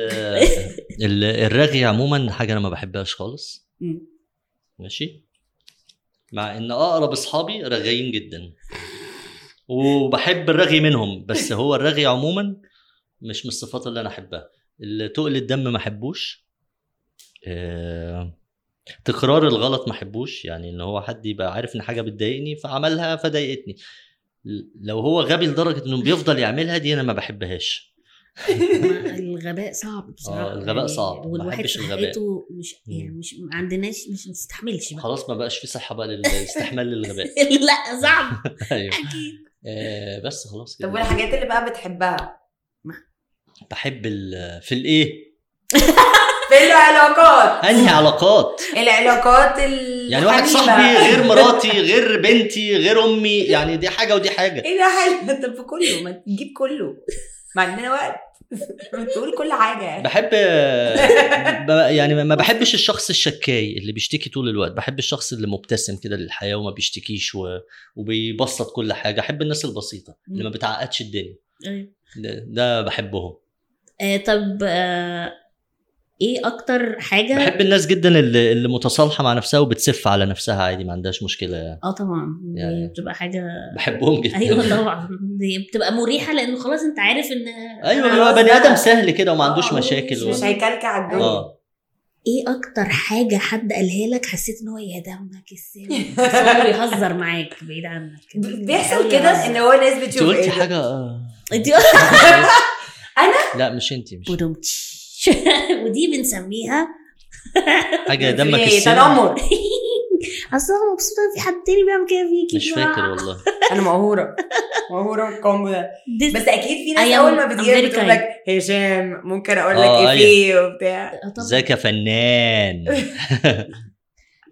Speaker 1: ال- الرغي عموما حاجه انا ما بحبهاش خالص
Speaker 3: مم.
Speaker 1: ماشي مع ان اقرب اصحابي رغيين جدا وبحب الرغي منهم بس هو الرغي عموما مش من الصفات اللي انا احبها ال- تقل الدم ما احبوش آه، تكرار الغلط ما احبوش يعني ان هو حد يبقى عارف ان حاجه بتضايقني فعملها فضايقتني ل- لو هو غبي لدرجه انه بيفضل يعملها دي انا ما بحبهاش
Speaker 3: ما- الغباء صعب بصراحه
Speaker 1: آه، الغباء صعب. ما
Speaker 3: والواحد
Speaker 1: بحبش الغباء.
Speaker 3: صحته مش يعني
Speaker 1: مم.
Speaker 3: مش ما عندناش مش نستحملش بقى
Speaker 1: خلاص ما بقاش في صحه بقى للاستحمال للغباء
Speaker 3: لا صعب
Speaker 1: ايوه
Speaker 3: اكيد
Speaker 1: آه، بس خلاص
Speaker 2: طب
Speaker 1: كده
Speaker 2: والحاجات اللي بقى بتحبها
Speaker 1: بحب ال- في الايه
Speaker 2: في العلاقات
Speaker 1: انهي علاقات
Speaker 2: العلاقات ال
Speaker 1: يعني واحد صاحبي غير مراتي غير بنتي غير امي يعني دي حاجه ودي حاجه
Speaker 2: ايه ده حلو طب في كله ما تجيب كله ما عندنا وقت ما تقول كل يعني. حاجه
Speaker 1: بحب ب- يعني ما بحبش الشخص الشكاي اللي بيشتكي طول الوقت بحب الشخص اللي مبتسم كده للحياه وما بيشتكيش و... وبيبسط كل حاجه احب الناس البسيطه اللي ما بتعقدش الدنيا
Speaker 3: أيوة.
Speaker 1: ده, ده بحبهم
Speaker 3: آه، طب آه، ايه اكتر حاجه
Speaker 1: بحب الناس جدا اللي, اللي متصالحه مع نفسها وبتسف على نفسها عادي ما عندهاش مشكله يعني
Speaker 3: اه طبعا دي
Speaker 1: يعني-
Speaker 3: بتبقى حاجه
Speaker 1: بحبهم جدا
Speaker 3: ايوه طبعا دي بتبقى مريحه لانه خلاص انت عارف ان
Speaker 1: ايوه
Speaker 3: أنا
Speaker 1: هو
Speaker 3: خلاص
Speaker 1: بني
Speaker 3: بقى.
Speaker 1: ادم سهل كده وما عندوش
Speaker 3: آه،
Speaker 1: مشاكل و...
Speaker 2: مش هيكلكع الجو
Speaker 1: اه
Speaker 3: ايه اكتر حاجه حد قالها لك حسيت ان هو يا دمك السام بس هو بيهزر معاك بعيد عنك
Speaker 2: ب- بيحصل كده ان هو الناس
Speaker 1: انت
Speaker 2: بتشوف
Speaker 1: قلتي
Speaker 2: ايه
Speaker 1: حاجه آه.
Speaker 3: انت
Speaker 1: لا مش انت مش
Speaker 3: بدمتش. ودي بنسميها
Speaker 1: حاجه دمك
Speaker 2: إيه،
Speaker 1: السم
Speaker 2: تنمر
Speaker 3: اصل انا مبسوطه إن في حد تاني بيعمل كده فيكي
Speaker 1: مش فاكر والله
Speaker 2: انا مقهوره مقهوره بالكومبو ده
Speaker 3: This-
Speaker 2: بس اكيد في ناس
Speaker 3: I am-
Speaker 2: اول ما
Speaker 3: I'm
Speaker 2: بتجيلك
Speaker 3: very
Speaker 2: بتقول لك هشام ممكن اقول لك
Speaker 1: آه،
Speaker 2: ايه
Speaker 1: أيوة.
Speaker 2: فيه وبتاع
Speaker 3: آه، طبعاً.
Speaker 1: ازيك يا فنان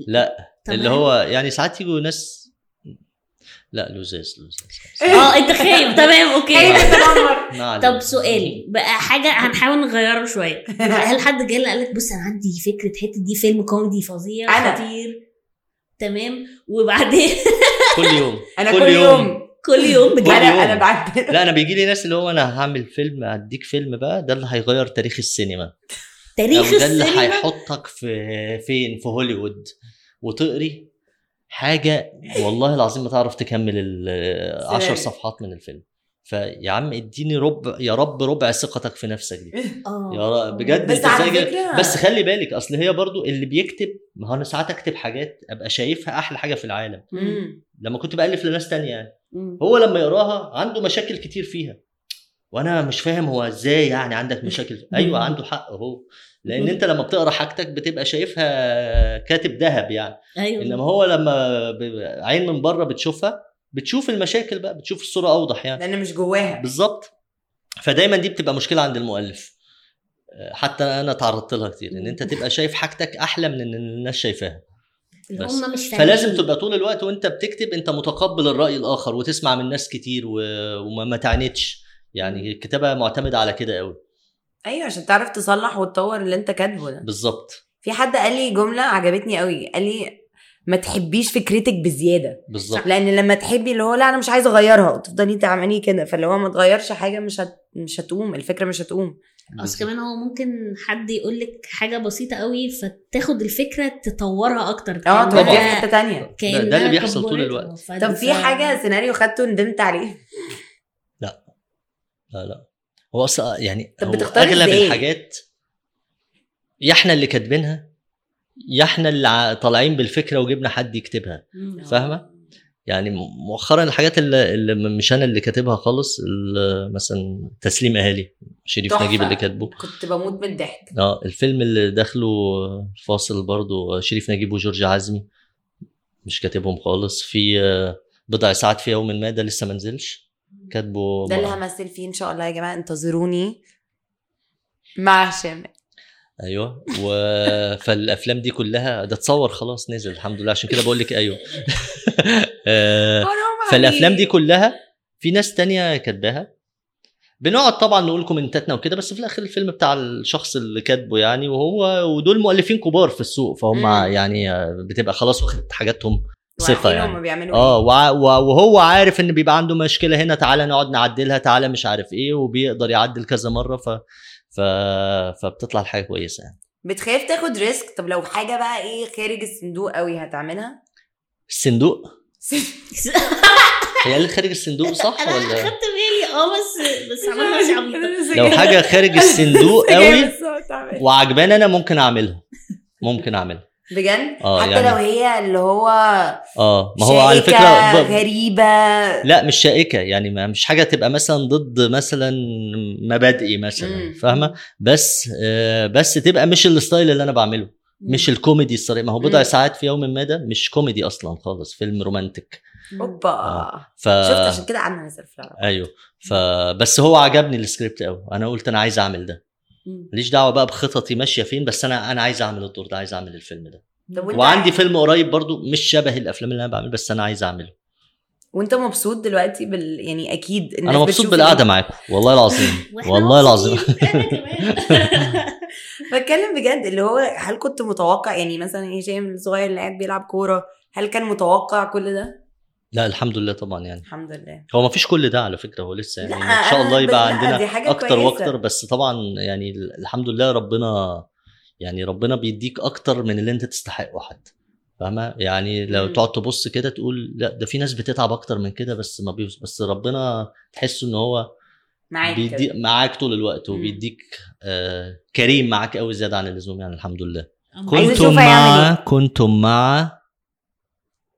Speaker 1: لا
Speaker 3: طبعاً.
Speaker 1: اللي هو يعني ساعات يجوا ناس لا لزاز لزاز
Speaker 3: اه انت خايف تمام
Speaker 2: ايه
Speaker 3: اوكي
Speaker 1: أيوة.
Speaker 2: ده تنمر
Speaker 1: ما علينا.
Speaker 3: طب سؤال بقى حاجه هنحاول نغيره شويه هل حد جه قال لك بص انا عندي فكره حته دي فيلم كوميدي فظيع
Speaker 2: أنا.
Speaker 3: خطير تمام وبعدين
Speaker 1: كل يوم
Speaker 2: انا كل يوم
Speaker 3: كل يوم
Speaker 1: كل
Speaker 2: انا
Speaker 3: بجد
Speaker 1: يوم.
Speaker 2: انا بعد
Speaker 1: لا انا بيجي لي ناس اللي هو انا هعمل فيلم هديك فيلم بقى ده اللي هيغير تاريخ السينما
Speaker 3: تاريخ
Speaker 1: او ده اللي
Speaker 3: السينما
Speaker 1: هيحطك في فين في هوليوود وتقري حاجه والله العظيم ما تعرف تكمل العشر
Speaker 2: سيناريو.
Speaker 1: صفحات من الفيلم فيا عم اديني ربع يا رب ربع ثقتك في نفسك دي
Speaker 3: اه
Speaker 1: يا رب بجد
Speaker 2: بس
Speaker 1: انت
Speaker 2: على
Speaker 1: ازاي كده؟
Speaker 2: فكرة-
Speaker 1: بس خلي بالك اصل هي برضو اللي بيكتب ما هو انا ساعات اكتب حاجات ابقى شايفها احلى حاجه في العالم
Speaker 2: مم.
Speaker 1: لما كنت بالف لناس تانية يعني
Speaker 3: مم.
Speaker 1: هو لما يقراها عنده مشاكل كتير فيها وانا مش فاهم هو ازاي يعني عندك مشاكل ايوه عنده حق هو لان انت لما بتقرا حاجتك بتبقى شايفها كاتب ذهب يعني
Speaker 3: ايوه
Speaker 1: انما هو لما ب- عين من بره بتشوفها بتشوف المشاكل بقى بتشوف الصوره اوضح يعني
Speaker 2: لان مش جواها
Speaker 1: بالظبط فدايما دي بتبقى مشكله عند المؤلف حتى انا تعرضت لها كتير ان انت تبقى شايف حاجتك احلى من ان الناس شايفاها
Speaker 3: اللي
Speaker 1: بس.
Speaker 3: هم مش فاهمين
Speaker 1: فلازم تبقى طول الوقت وانت بتكتب انت متقبل الراي الاخر وتسمع من ناس كتير و... وما ما تعنتش يعني الكتابه معتمده على كده قوي
Speaker 2: ايوه عشان تعرف تصلح وتطور اللي انت كاتبه ده
Speaker 1: بالظبط
Speaker 2: في حد قال لي جمله عجبتني قوي قال لي ما تحبيش فكرتك بزياده
Speaker 1: بالظبط
Speaker 2: لان لما تحبي اللي هو لا انا مش عايزه اغيرها وتفضلي تعملي كده فاللي هو ما تغيرش حاجه مش هت... مش هتقوم الفكره مش هتقوم
Speaker 3: اصل كمان هو ممكن حد يقول لك حاجه بسيطه قوي فتاخد الفكره تطورها اكتر
Speaker 2: اه
Speaker 3: كأنها-
Speaker 2: توديها في حته تانية
Speaker 3: كأنها
Speaker 1: آه،
Speaker 3: آه،
Speaker 1: ده اللي بيحصل طول
Speaker 3: كبرت.
Speaker 1: الوقت.
Speaker 3: ف-
Speaker 2: طب
Speaker 3: ف-
Speaker 2: في حاجه سيناريو خدته ندمت عليه
Speaker 1: لا لا هو اصلا يعني
Speaker 2: طب
Speaker 1: هو
Speaker 2: بتختار
Speaker 1: اغلب
Speaker 2: ازاي؟
Speaker 1: الحاجات يا احنا اللي كاتبينها يا احنا اللي ع- طالعين بالفكره وجبنا حد يكتبها
Speaker 3: مم.
Speaker 1: فاهمة؟ يعني م- مؤخرا الحاجات اللي, اللي مش انا اللي كاتبها خالص ال- مثلا تسليم اهالي شريف
Speaker 2: تحفة.
Speaker 1: نجيب اللي كاتبه
Speaker 2: كنت بموت من الضحك
Speaker 1: اه الفيلم اللي داخله فاصل برضو شريف نجيب وجورج عزمي مش كاتبهم خالص في آه، بضع ساعات في يوم ما ده لسه ما نزلش كاتبه
Speaker 2: ده اللي
Speaker 1: مع-
Speaker 2: همثل فيه ان شاء الله يا جماعه انتظروني مع هشام
Speaker 1: ايوه و... فالافلام دي كلها ده اتصور خلاص نزل الحمد لله عشان كده بقول لك ايوه آه،
Speaker 2: حرام
Speaker 1: فالافلام دي
Speaker 2: عليك.
Speaker 1: كلها في ناس تانية كاتباها بنقعد طبعا نقول كومنتاتنا وكده بس في الاخر الفيلم بتاع الشخص اللي كاتبه يعني وهو ودول مؤلفين كبار في السوق فهم
Speaker 2: مم.
Speaker 1: يعني بتبقى خلاص واخد حاجاتهم ثقه
Speaker 2: وعارفين
Speaker 1: يعني
Speaker 2: هما بيعملوا
Speaker 1: اه
Speaker 2: اه
Speaker 1: وع- وع- وهو عارف ان بيبقى عنده مشكله هنا تعالى نقعد نعدلها تعالى مش عارف ايه وبيقدر يعدل كذا مره ف... ف... فبتطلع الحاجه كويسه يعني
Speaker 2: بتخاف تاخد ريسك طب لو حاجه بقى ايه خارج الصندوق قوي هتعملها
Speaker 1: الصندوق هي اللي خارج الصندوق صح
Speaker 3: انا
Speaker 1: ولا
Speaker 3: خدت بالي اه بس بس عملت ماشي عبيطه
Speaker 1: لو حاجه خارج الصندوق قوي
Speaker 2: قوي
Speaker 1: وعجباني انا ممكن اعملها ممكن اعملها
Speaker 2: بجد
Speaker 1: آه،
Speaker 2: حتى
Speaker 1: يعني-
Speaker 2: لو هي اللي هو
Speaker 1: اه ما هو على
Speaker 2: شائكة،
Speaker 1: فكره ب...
Speaker 2: غريبه
Speaker 1: لا مش شائكه يعني ما مش حاجه تبقى مثلا ضد مثلا مبادئي مثلا
Speaker 2: مم.
Speaker 1: فاهمه بس آه بس تبقى مش الستايل اللي انا بعمله مش الكوميدي الصريح ما هو بضع
Speaker 2: مم.
Speaker 1: ساعات في يوم ما ده مش كوميدي اصلا خالص فيلم رومانتك
Speaker 2: اوبا
Speaker 1: آه. ف
Speaker 2: شفت عشان كده قعدنا نسال في العرب
Speaker 1: ايوه فبس هو عجبني السكريبت قوي انا قلت انا عايز اعمل ده ماليش دعوه بقى بخططي ماشيه فين بس انا انا عايز اعمل الدور ده عايز اعمل الفيلم ده
Speaker 2: طب وانت
Speaker 1: وعندي فيلم قريب برضو مش شبه الافلام اللي انا بعمل بس انا عايز اعمله
Speaker 2: وانت مبسوط دلوقتي بال يعني اكيد الناس
Speaker 1: انا مبسوط
Speaker 2: بتشوف
Speaker 1: بالقعده معاكم والله العظيم
Speaker 3: وإحنا
Speaker 1: والله العظيم
Speaker 3: مبسوطين. انا كمان
Speaker 2: بتكلم بجد اللي هو هل كنت متوقع يعني مثلا هشام الصغير اللي قاعد بيلعب كوره هل كان متوقع كل ده؟
Speaker 1: لا الحمد لله طبعا يعني
Speaker 2: الحمد لله
Speaker 1: هو ما فيش كل ده على فكره هو لسه يعني
Speaker 2: لا،
Speaker 1: ان شاء
Speaker 2: أنا
Speaker 1: الله
Speaker 2: ب-
Speaker 1: يبقى
Speaker 2: لا، دي
Speaker 1: عندنا
Speaker 2: حاجة
Speaker 1: اكتر
Speaker 2: كويسة.
Speaker 1: واكتر بس طبعا يعني الحمد لله ربنا يعني ربنا بيديك اكتر من اللي انت تستحقه حتى فاهمه يعني لو
Speaker 3: مم.
Speaker 1: تقعد تبص كده تقول لا ده في ناس بتتعب اكتر من كده بس ما بيوص بس ربنا تحسه ان هو
Speaker 2: معاك كده.
Speaker 1: بيدي معاك طول الوقت
Speaker 2: مم.
Speaker 1: وبيديك آه كريم معاك قوي زياده عن اللزوم يعني الحمد لله
Speaker 2: عايزة
Speaker 1: كنتم
Speaker 2: أشوف هيعمل
Speaker 1: مع كنتم مع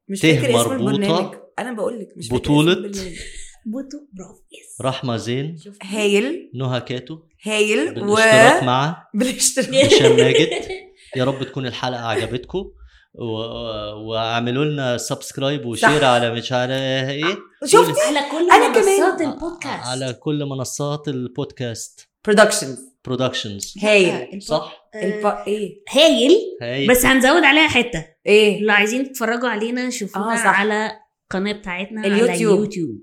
Speaker 2: مش
Speaker 1: ته
Speaker 2: فاكر اسم
Speaker 1: مربوطة
Speaker 2: البرنامج انا بقول لك مش فاكر اسم
Speaker 1: بطولة
Speaker 2: البرنامج.
Speaker 3: بوتو برافو يس
Speaker 1: رحمه زين
Speaker 3: شوف.
Speaker 2: هايل
Speaker 1: نهى كاتو
Speaker 2: هايل و
Speaker 1: بالاشتراك مع
Speaker 2: بالاشتراك
Speaker 1: هشام ماجد. يا رب تكون الحلقه عجبتكم و... واعملوا لنا سبسكرايب وشير
Speaker 2: صح.
Speaker 1: على مش على ايه
Speaker 2: شفتي
Speaker 3: على كل
Speaker 2: أنا كمان.
Speaker 3: منصات البودكاست
Speaker 1: آه، على كل منصات البودكاست
Speaker 2: برودكشنز
Speaker 1: برودكشنز
Speaker 2: هايل
Speaker 3: الب-
Speaker 1: صح
Speaker 3: آه،
Speaker 2: الب...
Speaker 3: eh.
Speaker 2: ايه
Speaker 3: هايل
Speaker 1: هاي
Speaker 3: بس هنزود عليها حته
Speaker 2: ايه
Speaker 3: اللي عايزين تتفرجوا علينا شوفونا
Speaker 2: آه،
Speaker 3: آه
Speaker 2: صح.
Speaker 3: على القناه بتاعتنا
Speaker 2: اليوتيوب.
Speaker 3: على اليوتيوب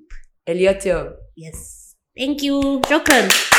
Speaker 2: اليوتيوب
Speaker 3: يس ثانك يو شكرا